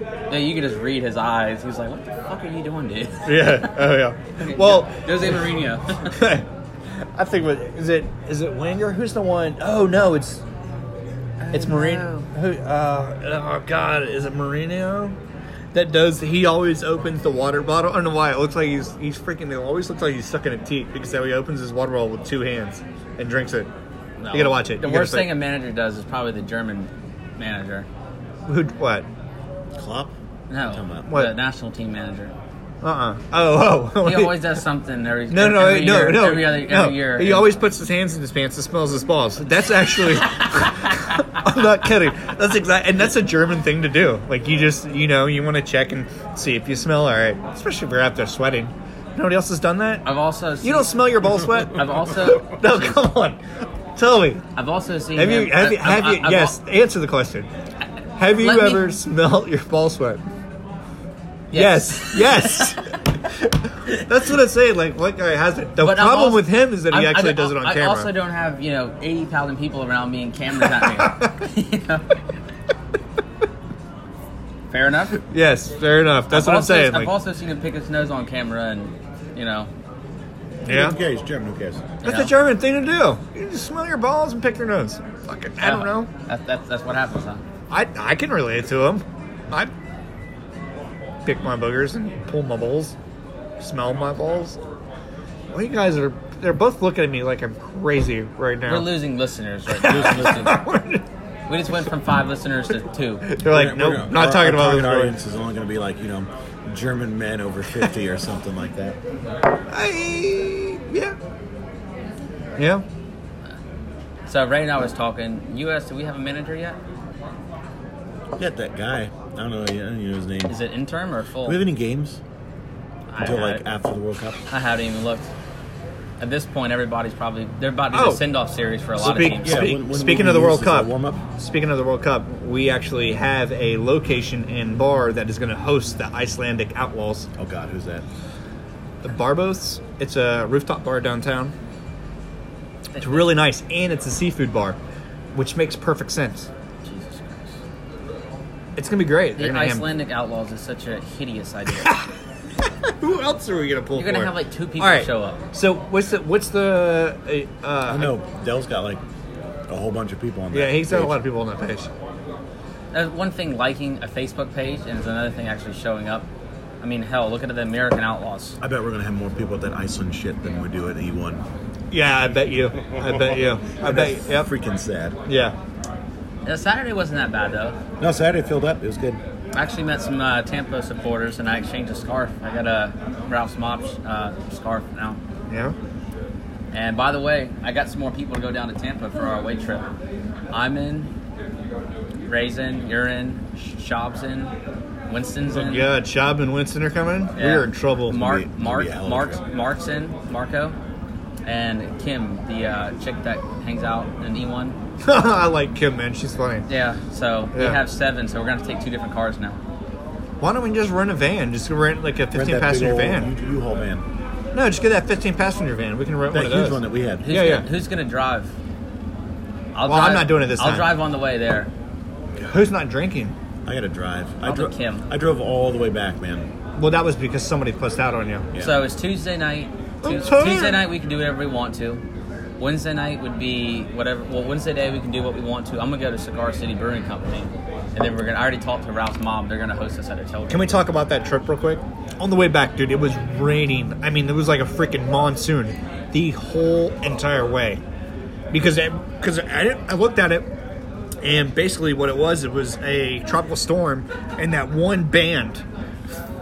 yeah, you could just read his eyes. He was like, what the fuck are you doing, dude?
Yeah. Oh yeah. Well,
Jose Mourinho.
I think what is it? Is it Wenger? Who's the one? Oh no, it's it's Mourinho. Who? Uh, oh God, is it Mourinho? That does. He always opens the water bottle. I don't know why. It looks like he's he's freaking. It always looks like he's sucking a teat because how he opens his water bottle with two hands and drinks it. You gotta watch it.
The
You gotta
worst
see it.
thing a manager does is probably the German manager.
Who? What?
Klopp?
No,
Come on.
the
What?
national team manager.
Uh. uh Oh. Oh.
He always does something every
No, no,
every
no,
year,
no,
every other
no.
every year.
He always puts his hands in his pants and smells his balls. That's actually, I'm not kidding. That's exact, and that's a German thing to do. Like you just, you know, you want to check and see if you smell all right, especially if you're out there sweating. Nobody else has done that.
I've also seen,
You don't smell your ball sweat.
I've also
No, come on, tell me.
I've also seen
Have you?
him-
Have you?
I've-
Have you?
I've- I've
yes, answer the question. Have you
Let me-
ever smelled your ball sweat?
al-
Yes, yes. That's what I'm saying. Like, what guy has it? The
But I'm
problem
also-
with him is that he
I'm- I
actually
don't-
does it on
I
camera.
also don't have you know eighty thousand people around me and cameras at me. You know? Fair enough. That's
yes, fair enough. That's what I'm saying.
I've
Like,
also seen him pick his nose on camera and you know.
yeah,
Who cares? German, who cares?
you
that's
know.
a German thing to do. You just smell your balls and pick your nose. Fucking, I don't know.
That, that, that's what happens, huh?
I I can relate to him. I pick my boogers and pull my balls, smell my balls. Well, you guys are. They're both looking at me like I'm crazy
We're
right now.
losing listeners, right? Losing listeners. We just went from five listeners to two.
they're like,
We're
nope,
gonna-
not
our-
talking
our target
about this.
audience is only going to be like you know, German men over fifty or something like that.
I, yeah. Yeah.
So Ray and I was talking. U.S. Do we have a manager yet?
Yeah, that guy. I don't know. I don't even know his name.
Is it interim or full?
Do we have any games until
I,
like after the World Cup?
I, I haven't even looked. At this point, everybody's probably they're about to do
Oh.
a send-off series for a lot
Speak-
of teams.
yeah. Speak-
when- when
speaking
we
of the
use
World
this as a
Cup.
warm-up.
Speaking of the World Cup, we actually have a location and bar that is going to host the Icelandic Outlaws,
Oh God, who's that?
the Barbos. It's a rooftop bar downtown. It's really nice, and it's a seafood bar, which makes perfect sense.
Jesus Christ.
It's going to be great. They're
The
gonna have-
Icelandic Outlaws is such a hideous idea.
Who else are we going to pull?
You're gonna
for?
have like two people
All right.
show up.
So what's the what's the uh,
I
uh,
know Dell's got like a whole bunch of people on that.
yeah? He's got a
page.
lot of people on that page.
That's one thing liking a Facebook page, and it's another thing actually showing up. I mean, hell, look at the American Outlaws.
I bet we're gonna have more people at that Iceland shit than we do at E E1.
Yeah, I bet you. I bet you. I bet. You. Yep.
Freaking sad.
Yeah.
Uh, Saturday wasn't that bad though.
No, Saturday filled up. It was good.
I actually met some uh, Tampa supporters and I exchanged a scarf. I got a Ralph's Mop uh, scarf now.
Yeah.
And by the way, I got some more people to go down to Tampa for our away trip. I'm in, Ray's in, you're in, Shob's in, Winston's in.
Yeah, Chubb and Winston are coming.
Yeah.
We are in trouble.
Mark,
It'll be- it'll
Mark,
be a hell of a
Mark,
trip.
Mark's in, Marco, and Kim, the uh, chick that hangs out in E E1.
I like Kim, man. She's funny.
Yeah, so we
Yeah.
have seven, so we're gonna have to take two different cars now.
Why don't we just rent a van? Just rent like a 15
Rent that big
passenger
old
van.
U- U-Haul van.
No, just get that 15 passenger van. We can rent
That
one of
huge
those.
one that we had.
Who's
Yeah,
gonna,
yeah.
Who's gonna drive? I'll
Well, I'm not doing it this
I'll
time.
drive on the way there.
Who's not drinking?
I gotta drive. I
I'll
drove.
be Kim.
I drove all the way back, man.
Well, that was because somebody pussed out on you.
Yeah.
So it's Tuesday night.
I'm
Tues-
tired.
Tuesday night we can do whatever we want to. Wednesday night would be whatever. Well, Wednesday day we can do what we want to. I'm gonna go to Cigar City Brewing Company, and then we're gonna. I already talked to Ralph's mom. They're gonna host us at a hotel.
Can we talk about that trip real quick? On the way back, dude, it was raining. I mean, it was like a freaking monsoon the whole entire way. Because it, cause I, didn't- I looked at it, and basically what it was, it was a tropical storm, and that one band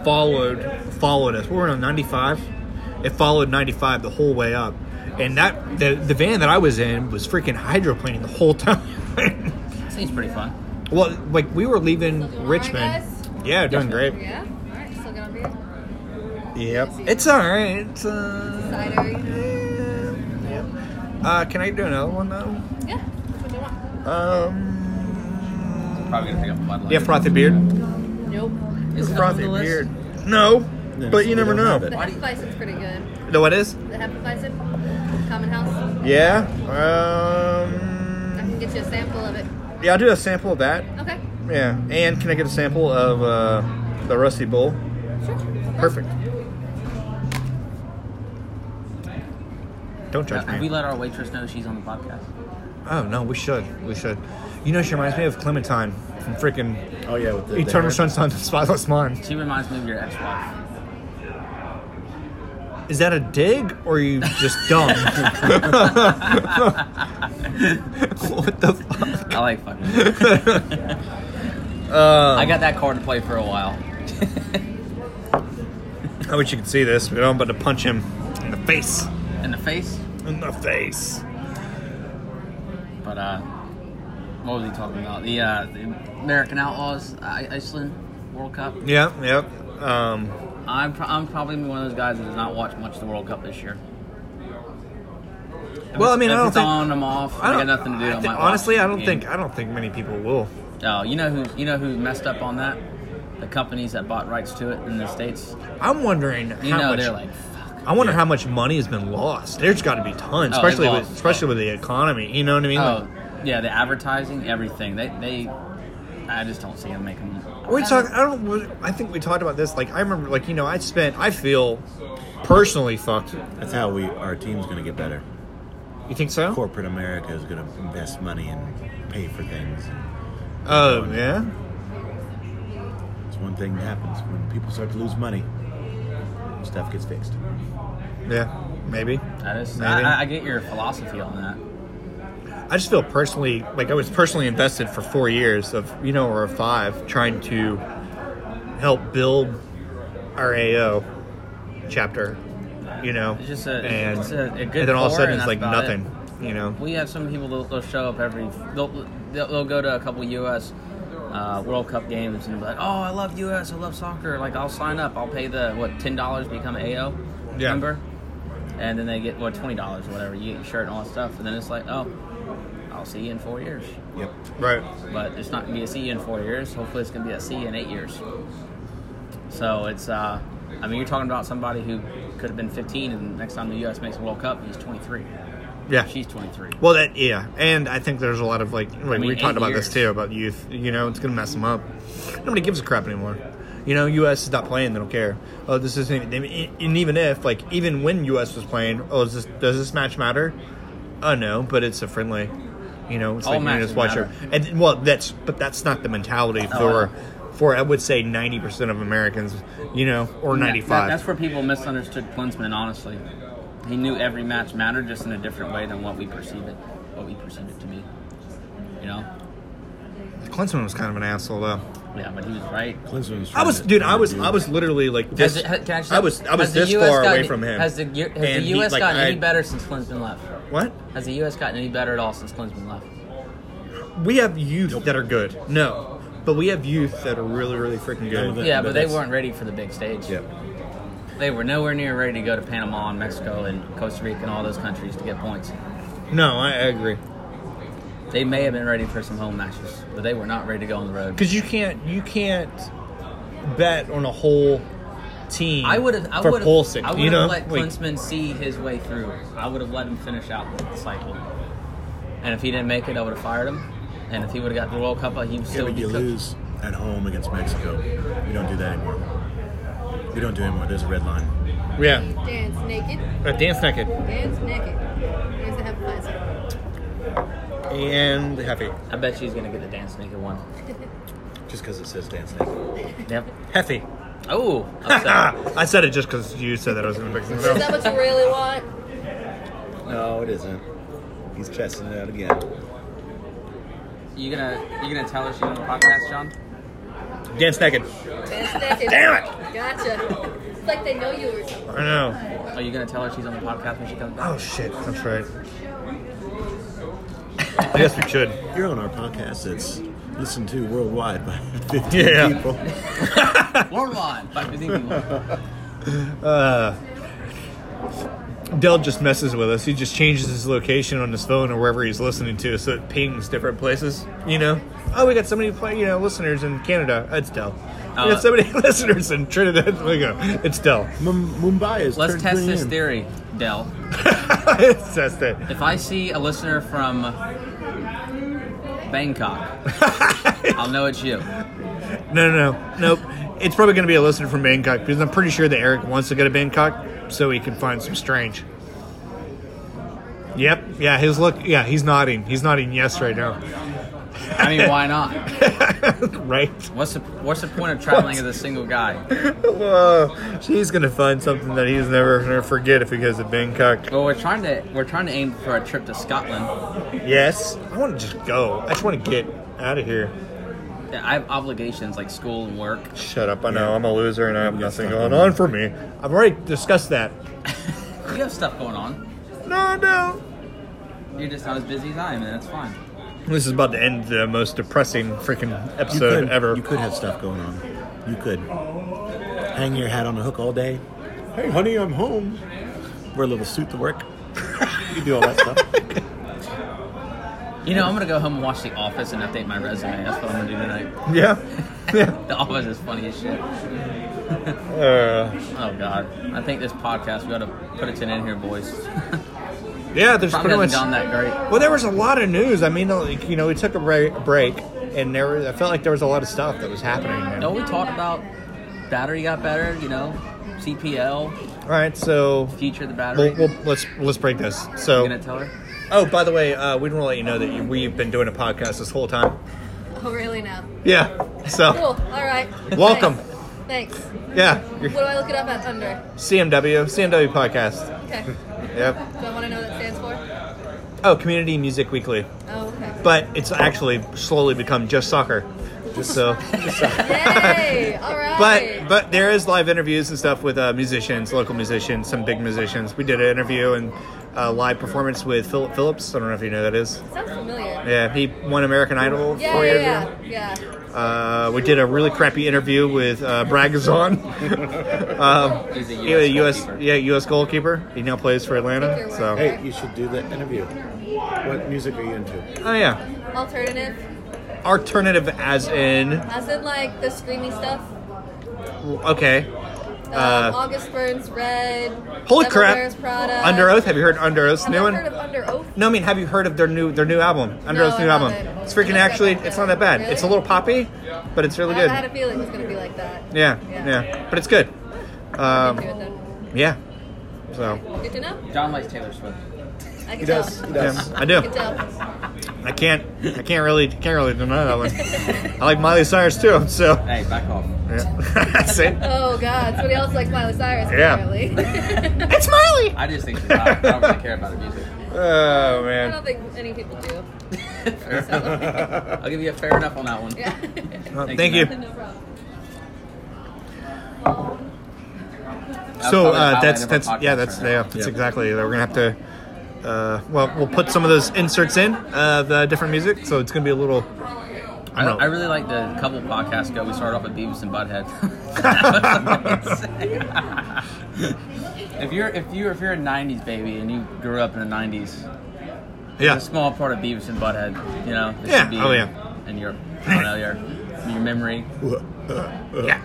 followed followed us. We were on 95. It followed 95 the whole way up. And that the, the van that I was in was freaking hydroplaning the whole time.
Seems pretty fun.
well, like we were leaving
Still doing all right,
Richmond.
guys?
Yeah, doing great.
Yeah? Alright, still gonna be
Yep. It's all right. It's, uh,
cider, you know?
yep. Uh, can I do another one though?
Yeah, that's what you want.
Um.
Probably gonna pick up Bud Light.
Yeah, frothy beard.
Nope.
Is it on
Frothy
the list?
beard. No.
then
But you
they
never
don't have
know.
it.
The Hefeweizen's pretty good.
The what is?
The Hefeweizen, Common House.
Yeah.
I
Um.
can get you a sample of it.
Yeah, I'll do a sample of that.
Okay.
Yeah. And can I get a sample of uh, the Rusty Bull?
Sure.
Perfect. Don't judge
Uh, have we
me.
let our waitress know she's on the podcast?
Oh no, we should. We should. You know, she reminds me of Clementine from freaking
Oh yeah, with the, the
Eternal
hair.
Sunshine of the Spotless Mind.
She reminds me of your ex-wife.
Is that a dig or are you just dumb? what the fuck?
I like fucking.
Um,
I got that card to play for a while.
I wish you could see this, but I'm about to punch him in the face.
In the face,
In the face.
but uh, what was he talking about? The uh, the American Outlaws, I- Iceland World Cup.
Yeah, yep. Um,
I'm pro- I'm probably one of those guys that does not watch much of the World Cup this year. If
Well, I
it's-
mean,
if
I don't
it's
think-
on. I'm off. I, got nothing to do.
I
I
thi-
might watch
honestly, I
the
don't
game.
think I don't think many people will.
Oh, you know who you know who messed up on that? The companies that bought rights to it in the states.
I'm wondering
You
how
know
much.
they're like,
I wonder how much money has been lost. There's got to be tons,
Oh, they
especially with,
lost.
especially with the economy. You know what I mean?
oh yeah, the advertising, everything. They they, I just don't see them making.
Like, we talk. I don't. I think we talked about this. Like I remember. Like you know, I spent. I feel personally fucked.
That's how we our team's going to get better.
You think so?
Corporate America is going to invest money and pay for things.
Oh yeah.
It's one thing that happens when people start to lose money. Stuff gets fixed.
Yeah. Maybe.
That is,
Maybe.
I, I- I get your philosophy on that.
I just feel personally like I was personally invested for four years of you know or five trying to help build our AO chapter, you know,
It's just a-
and,
it's a- a good
and then all of a
core,
sudden
and
it's like
that's about
nothing, you know.
We have some people that will show up every. They'll, they'll, they'll go to a couple U.S. Uh, World Cup games and be like, "Oh, I love U.S. I love soccer. Like, I'll sign up. I'll pay the what ten dollars become an AO
Yeah.
member, and then they get what twenty dollars or whatever. You get your shirt and all that stuff, and then it's like, oh, I'll see you in four years.
Yep.
Right.
But it's not gonna be a see you in four years. Hopefully, it's gonna be a see you in eight years. So it's. Uh, I mean, you're talking about somebody who could have been 15, and next time the U.S. makes a World Cup, he's 23.
Yeah.
She's 23.
Well, that yeah, and I think there's a lot of like, like
mean,
we talked
eight
about this
years.
too about youth. You know, it's gonna mess them up. Nobody gives a crap anymore. You know, U.S. is not playing; they don't care. Oh, this isn't. they- e, And even if, like, even when U.S. was playing, oh, is this, does this match matter? Oh no, but it's a friendly. You know, it's
All
like you
matches
just watch
matter.
it. And well, that's but that's not the mentality for for I would say ninety percent of Americans. You know, or
That-
ninety
that-
five.
that's where people misunderstood Klinsman. Honestly, he knew every match mattered, just in a different way than what we perceive it, what we perceive it to be. You know?
Klinsman was kind of an asshole though.
Yeah, but he was right.
Clemson
I was, dude. I was, I was literally like
Has
this.
it- ha- can just-
I was, I was
has the
this
US
far
gotten-
away from him.
Has the, year- has
And
the
he,
U.S.
like,
gotten
I-
any better since Klinsman left?
What?
Has the U.S. gotten any better at all since Klinsman left?
We have youth that are good. No, but we have youth that are really, really freaking
of
good.
it.
Yeah,
but
but they
that's-
weren't ready for the big stage.
Yep.
They were nowhere near ready to go to Panama and Mexico and Costa Rica and all those countries to get points.
No, I, I agree.
They may have been ready for some home matches, but they were not ready to go on the road.
Because you can't, you can't bet on a whole team.
I would have. I
Mm. for
would
poll six.
have. I would
you know,
have let
Like,
Klinsman see his way through. I would have let him finish out the cycle. And if he didn't make it, I would have fired him. And if he would have got the World Cup, uh, he would
Yeah,
still
but
be
you
cooked.
lose at home against Mexico. You don't do that anymore. You don't do it anymore. There's a red line.
yeah,
Dance naked.
Uh, dance naked
Dance naked. Here's the Hefeweizen.
and happy.
I bet she's gonna get the dance naked one.
Just because it says dance naked.
Yep.
Hefty.
Oh, upset.
I said it just because you said that I was going to fix
Is
myself.
that what you really want?
No, it isn't. He's chesting it out again.
you gonna you gonna tell her she's on the podcast, John?
Dance naked.
Dance naked.
Damn
Gotcha. It's like they know you or something.
I know.
Are you gonna tell her she's on the podcast when she comes back?
Oh shit, that's right. I guess we should.
You're on our podcast. It's listened to worldwide by 15
Yeah.
people.
Worldwide, by busy people.
Dell just messes with us. He just changes his location on his phone or wherever he's listening to, so it pings different places. You know? Oh, we got so many play, you know listeners in Canada. That's Dell. we got so many listeners in Trinidad and Tobago. It's Dell.
Mumbai is.
Let's test this theory, Dell.
Let's test it.
If I see a listener from Bangkok, I'll know it's you.
No, no, no, nope. It's probably going to be a listener from Bangkok because I'm pretty sure that Eric wants to go to Bangkok so he can find some strange. Yep. Yeah, his look. Yeah, he's nodding. He's nodding yes right now.
I mean, why not?
Right.
What's the What's the point of traveling as a single guy?
Whoa, she's gonna find something that he's never gonna forget if he goes to Bangkok.
Well, we're trying to we're trying to aim for a trip to Scotland.
Yes, I want to just go. I just want to get out of here.
I have obligations like school and work.
Shut up! I know I'm a loser and I have nothing going on for me. I've already discussed that.
You have stuff going on.
No, no.
You're just not as busy as I am, and that's fine.
This is about to end the most depressing freaking
You
episode
could,
ever.
you could have stuff going on. You could hang your hat on a hook all day. Hey, honey, I'm home. Wear a little suit to work. you could do all that stuff.
You know, I'm gonna go home and watch The Office and update my resume. That's what I'm gonna do tonight.
Yeah.
The Office is funny as shit.
Uh,
Oh God, I think this podcast we gotta put it to an end here, boys.
yeah. There's
Probably
pretty much
hasn't gone that great.
Well, there was a lot of news. I mean, like, you know, we took a break, break and there was, I felt like there was a lot of stuff that was happening. man.
No, we talked about battery got better. You know, CPL,
All right, so
future of the battery.
we'll, we'll, let's let's break this.
you
So,
gonna tell her?
oh, by the way, uh, we didn't want to let you know that you, we've been doing a podcast this whole time.
Oh, really now?
Yeah.
Cool.
So,
All right.
Welcome.
Thanks. Thanks.
yeah, your
What do I look it up at under?
CMW, CMW podcast.
Okay. Do
Yep.
I want to know what that stands for?
Oh, Community Music Weekly,
Oh, okay.
but it's actually slowly become just soccer. Just so.
Yay! All right.
But but there is live interviews and stuff with uh, musicians, local musicians, some big musicians. We did an interview and uh, live performance with Philip Phillips. I don't know if you know who that is.
sounds familiar.
Yeah, he won American Idol
Yeah,
four years ago.
yeah, yeah. yeah.
Uh, we did a really crappy interview with uh, Bragazon. um,
He's a
yeah, U.S.
US goalkeeper.
Yeah, U.S. goalkeeper. He now plays for Atlanta. So
Hey, you should do that interview. What music are you into?
oh yeah,
Alternative,
alternative as in
as in like the screamy stuff.
okay.
Um,
Uh,
August Burns Red.
Holy
Devil
crap!
Wears Prada.
Under Oath. Have you heard Under Oath's
Have
new
I
one?
heard of Under Oath?
No, I mean, have you heard of their new their new album, Under
No,
Oath's
I
new album?
haven't.
It's freaking
It's not that
actually,
bad.
it's not that bad.
Really?
It's a little poppy, but it's really
I,
good.
I had a feeling it was going to be like that.
yeah, yeah,
Yeah.
but it's good.
Um,
Um,
good
yeah, so
to know.
John likes Taylor Swift.
I
He
can
does. He
tell.
yeah,
does.
I
I
do.
can tell.
I can't, I can't really, can't really deny that one. I like Miley Cyrus too, so.
Hey, back off.
Yeah. See?
Oh God! Somebody else likes Miley Cyrus
Yeah.
apparently.
It's Miley.
I just think she's hot. I don't really care about her music.
Oh
I
man.
don't think any people do.
I'll give you a fair enough on that one.
Yeah.
Well,
Thank
thank
you,
you.
no problem.
So uh,
That's probably the highlight
that's that's yeah
of our podcast
that's
right
yeah,
now.
that's
Yeah.
exactly. We're gonna have to. Uh, well, we'll put some of those inserts in uh, the different music, so it's gonna be a little. I
I,
don't know.
I really like the couple podcasts ago. We started off with Beavis and Butthead. if you're if you if you're a '90s baby and you grew up in the '90s,
yeah.
a small part of Beavis and Butthead, you know, it
Yeah.
should be
Oh, yeah.
in your I don't know your your memory.
I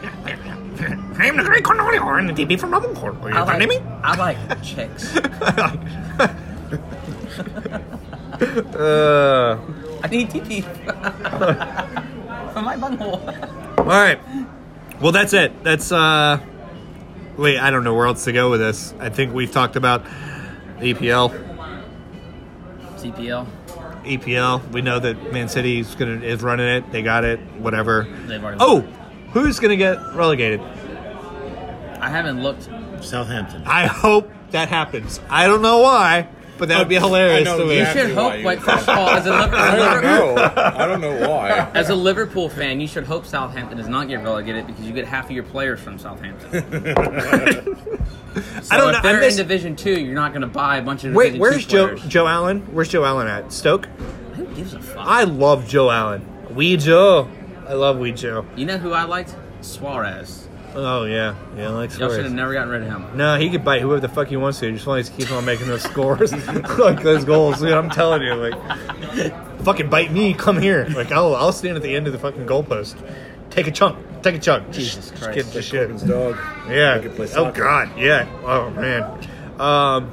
am the great Cornelio and the DB from Leavenworth. Are you
I
finding
like,
me?
I like chicks.
uh,
I need TP for my bunghole.
all right. Well, that's it. That's uh. Wait, I don't know where else to go with this. I think we've talked about E the EPL.
CPL.
EPL. E We know that Man City is gonna is running it. They got it. Whatever.
They've already
Oh, who's gonna get relegated?
I haven't looked.
Southampton.
I hope that happens. I don't know why, but that would be hilarious
I know
to me.
You
exactly
should
why
hope.
you
Like
said
first of all, as a
I
Liver- as a
don't
Liverpool,
know. I don't know why.
as a Liverpool fan, you should hope Southampton does not get relegated because you get half of your players from Southampton. So
I don't
if
know. I
they're
miss-
in Division Two, you're not going to buy a bunch of
Wait,
Division
where's
Two
Joe
players.
Joe Allen? Where's Joe Allen at? Stoke?
Who gives a fuck?
I love Joe Allen. Wee Joe. I love Wee Joe.
you know who I liked? Suarez.
Oh yeah. Yeah, I like
Y'all should have
scores.
never gotten rid of him.
No, he could bite whoever the fuck he wants to. He just wants to keep on making those scores. like those goals, dude. I'm telling you, like fucking bite me, come here. Like I'll I'll stand at the end of the fucking goalpost. Take a chunk. Take a chunk.
Jesus
just,
Christ.
Just, get the
Like
shit.
Corbin's dog.
Yeah.
They could play
oh
soccer.
God. Yeah. Oh man. Um,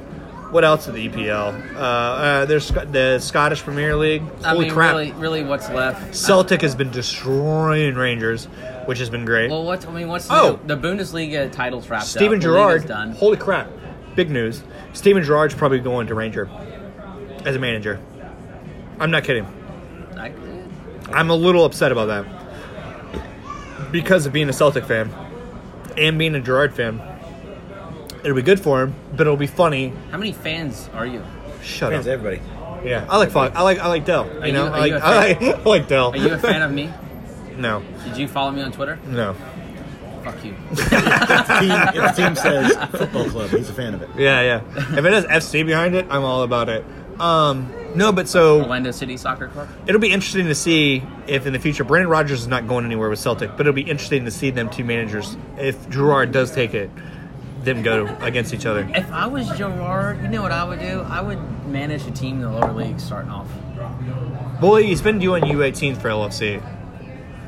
what else in the EPL? Uh, uh, there's Sc- the Scottish Premier League.
I
Holy
mean,
crap!
really, really, what's left?
Celtic has been destroying Rangers, which has been great.
Well, what I mean, what's
Oh.
the, the Bundesliga titles wrapped
Steven
up? The league is
Gerrard.
done.
Holy crap! Big news. Steven Gerrard's probably going to Ranger as a manager. I'm not kidding.
I-
I'm a little upset about that because of being a Celtic fan and being a Gerrard fan. It'll be good for him, but it'll be funny.
How many fans are you?
Shut
Fans,
up,
everybody.
Yeah, I like Fog. I like I like Dell. You
Are you-
know,
are
I, like,
you a
I, like,
fan?
I like Dell.
Are you a fan of me?
No,
Did you follow me on Twitter?
no.
Fuck you.
If the team says football club, he's a fan of it.
Yeah, yeah. if it has FC behind it, I'm all about it. Um, no, but so
Orlando City Soccer Club.
It'll be interesting to see if in the future Brandon Rogers is not going anywhere with Celtic, but it'll be interesting to see them two managers if Gerard does take it, them go against each other.
If I was Gerard, you know what I would do? I would manage a team in the lower league starting off.
Boy, he's been doing U18s for LFC.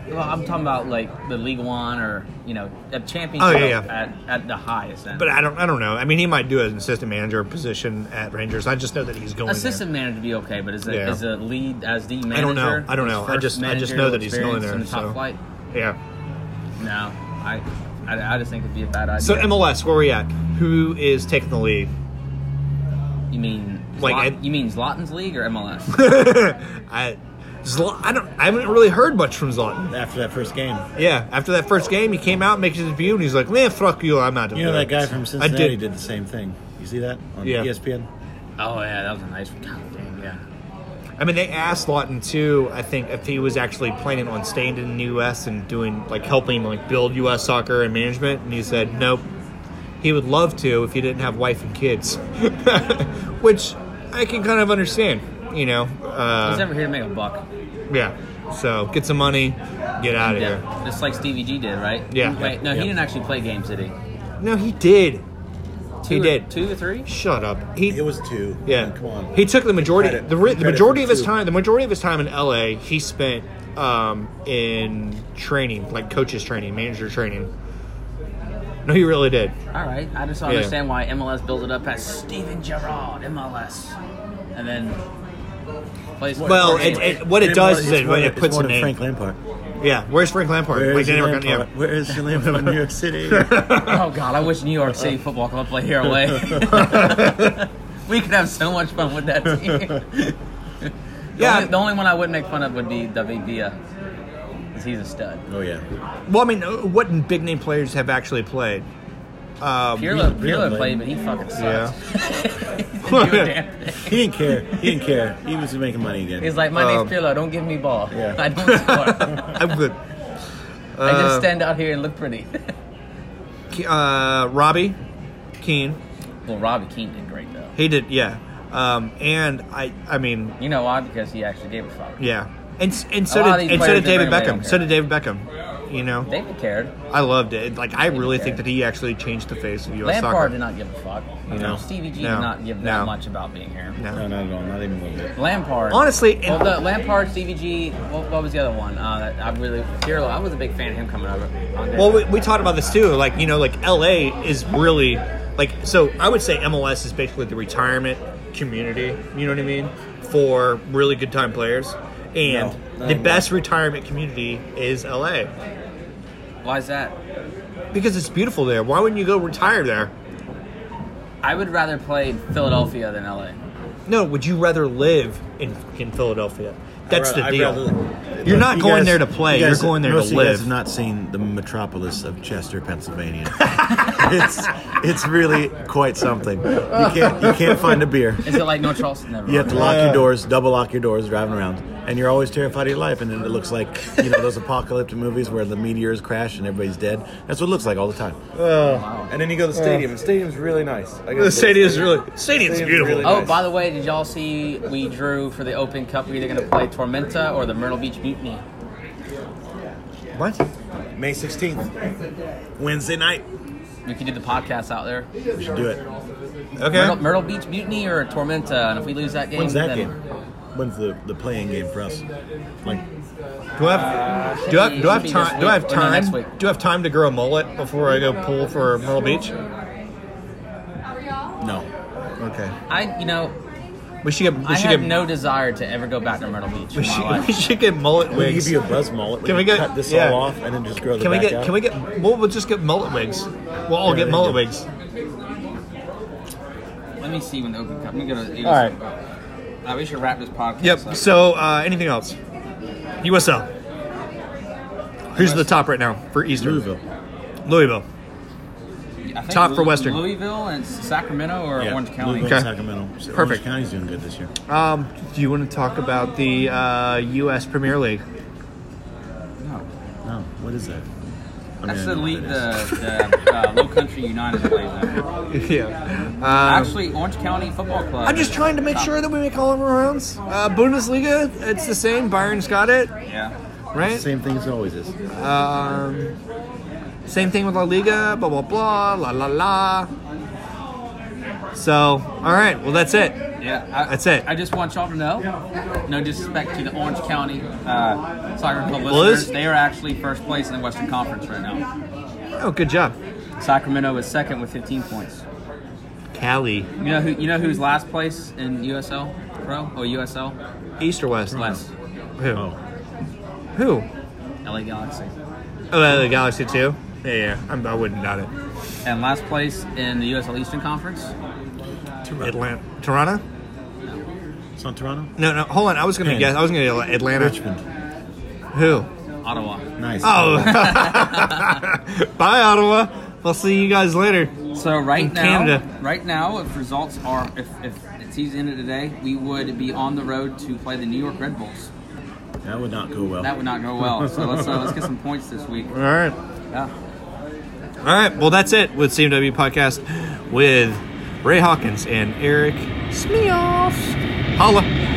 Well, I'm talking about like the League One or you know a championship
Oh, yeah, yeah.
At, at the highest end.
But I don't, I don't know. I mean, he might do an assistant manager position at Rangers. I just know that he's going
assistant manager would be okay, but as a,
Yeah.
as a lead as the manager,
I don't know. I don't know.
his
I
first
just- I just
managerial
know that he's going
experience
there,
in the top
so-
flight.
there.
No, I, I, I just think it'd be a bad
Yeah.
idea.
So MLS, where we at? Who is taking the lead?
you mean
eh, Like, eh.
like
I-
you mean Zlatan's league or MLS?
I, Zla- I don't. I haven't really heard much from Zlatan
after that first game.
Yeah, after that first game, he came out, makes his debut, and he's like, "Man, fuck you, I'm not."
You know that guy from Cincinnati
I
did.
did.
the same thing. You see that on E
Yeah.
ESPN?
oh yeah, that was a nice. God damn, yeah.
I mean, they asked Lawton too. I think if he was actually planning on staying in the U.S. and doing like helping like build U.S. soccer and management, and he said nope. He would love to if he didn't have wife and kids, which I can kind of understand. You know,
He's
uh,
never here to make a buck.
yeah. So get some money, get out of here.
Yeah, just like Stevie G did, right?
Yeah.
Wait, no,
Yeah.
he didn't actually play games, did he?
No, he did.
Two
he
or-
did.
Two or three?
Shut up. He
it was two.
Yeah,
come on.
He took the majority,
Credit-
the, re- the
credit
majority
for
of his
two.
time, the majority of his time in LA, he spent um, in training, like coaches training, manager training. No, he really did.
All right. I just don't
Yeah.
understand why MLS built it up as Steven Gerrard, MLS. And then plays
Well, it, it, what it
It's
does
more-
is
it's
it,
more-
it
it's
puts a
more than
name.
Frank Lampard.
Yeah, where's Frank Lampard?
Where
Like,
is
they
your
never got- yeah.
Lampard? Where is your Lampard in New York City?
oh God, I wish New York
Uh.
City Football Club played here away. we could have so much fun with that team. yeah. The only, the only one I would make fun of would be David Villa, because he's a stud.
Oh yeah.
Well, I mean, uh, what big name players have actually played? Um,
Pirlo, Pirlo played, but he fucking sucks.
Yeah.
Didn't do a damn thing.
he didn't care. He didn't care. He was making money again.
He's like, my
Um,
name's Pirlo. Don't give me ball.
Yeah.
I don't score.
I'm good.
I just
Uh,
stand out here and look pretty.
Ke- uh, Robbie Keane.
well, Robbie Keane did great though.
He did, yeah. Um, and I, I mean,
You know why? Because he actually gave a fuck.
yeah. And s- and
A
so
lot of
did
these
and so
players,
did
they
David
bring away on
Beckham. So did David Beckham. You know,
David cared.
I loved it. Like I really think
cared.
that he actually changed the face of U.S.
Lampard
soccer.
did not give a fuck. You
No.
know, Stevie G
No.
did not give that
No.
much about being here.
no, not at all. Not even a little bit.
Lampard.
Honestly, and-
well, the Lampard, Stevie G. What, what was the other one? Uh, I really, Pirlo. I was a big fan of him coming over. on there.
Well, we, we talked about this too. Like you know, like L.A. is really like so. I would say MLS is basically the retirement community. You know what I mean for really good time players, and
No,
the
no.
best retirement community is L.A.
why is that?
because it's beautiful there. Why wouldn't you go retire there?
I would rather play in Philadelphia than LA.
No, would you rather live in fucking Philadelphia? That's
I'd rather-
the
I'd
deal.
rather-
You're
Look,
not
you
going
guys-
there to play.
you
You are
guys-
going there to
most of You guys
live.
have not seen the metropolis of Chester, Pennsylvania. it's it's really quite something. You can't you can't find a beer.
Is it like no Charleston? Never
You have to
mind.
lock your doors, double lock your doors, driving around, and you're always terrified of your life. And then it looks like you know those apocalyptic movies where the meteors crash and everybody's dead. That's what it looks like all the time. And then you go to the stadium. The stadium's really nice. I gotta
The
say,
stadium's really- stadium's beautiful.
really
Oh,
nice.
by the way, did y'all see we drew for the Open Cup? We're either going to play Tormenta or the Myrtle Beach Mutiny.
What?
May 16th, Wednesday night.
We could do the podcast out there.
We should do it.
Okay.
Myrtle, Myrtle Beach Mutiny or Tormenta, and if we lose that game,
When's that
then
game? When's the, the playing game for us? Like
Do I have do I have, do I have time? Do I have time? Do I have time to grow a mullet before I go pool for Myrtle Beach?
No.
Okay.
I, you know,
We should get. We
I
should
have
get.
no desire to ever go back to Myrtle Beach.
we
in my
should,
life.
we should get mullet
We can
wigs.
give you a buzz mullet. We
Can we
can
get
cut this
yeah.
all off and then just grow the
Can we
back
get?
out.
Can we get? Well, we'll just get mullet wigs. We'll all
Yeah,
get
we
mullet
can.
wigs.
Let me see when the open cup. Let me go to.
All right.
Uh, we should wrap this podcast.
Yep.
Up.
So uh, anything else? USL. Who's at the top right now for Eastern? Louisville. Louisville.
I think
top for
Lou-
Western.
Louisville and Sacramento or Orange County.
Okay.
So
Perfect.
Orange County's doing good this year.
Um, do you want to talk about the uh, U.S. Premier League?
No.
No. What is that?
That's
I
the
know
league the, the uh, Low Country United plays in.
Yeah. Um,
Actually, Orange County Football Club.
I'm just trying to make sure that we make all of our rounds. Uh, Bundesliga, it's the same. Byron's got it,
Yeah.
right?
Same thing as always is.
Um, same thing with La Liga, blah, blah, blah, la, la, la. So, all right, well, that's it.
Yeah, I,
That's it.
I just want y'all to know, no disrespect to the Orange County uh, Soccer Club
Well,
listeners,
this-
they are actually first place in the Western Conference right now.
Oh, good job.
Sacramento is second with 15 points.
Cali.
You know who? You know who's last place in USL Pro Oh, or USL?
East or West?
West.
Who?
Oh.
Who?
LA Galaxy.
Oh, uh, the Galaxy 2? Yeah, yeah. I'm, I wouldn't doubt it.
And last place in the USL Eastern Conference.
Atlanta. Toronto?
It's not Toronto.
No, no. Hold on. I was gonna
Penn.
guess. I was gonna yell Atlanta. Richmond. Who?
Ottawa.
Nice.
Oh. Bye, Ottawa. I'll see you guys later.
So right
in
now,
Canada.
right now, if results are if if it's he's in it today, we would be on the road to play the New York Red Bulls.
That would not go well.
That would not go well. So let's uh, let's get some points this week.
All right.
Yeah.
All right. Well, that's it with CMW podcast with Ray Hawkins and Eric Smith. Holla.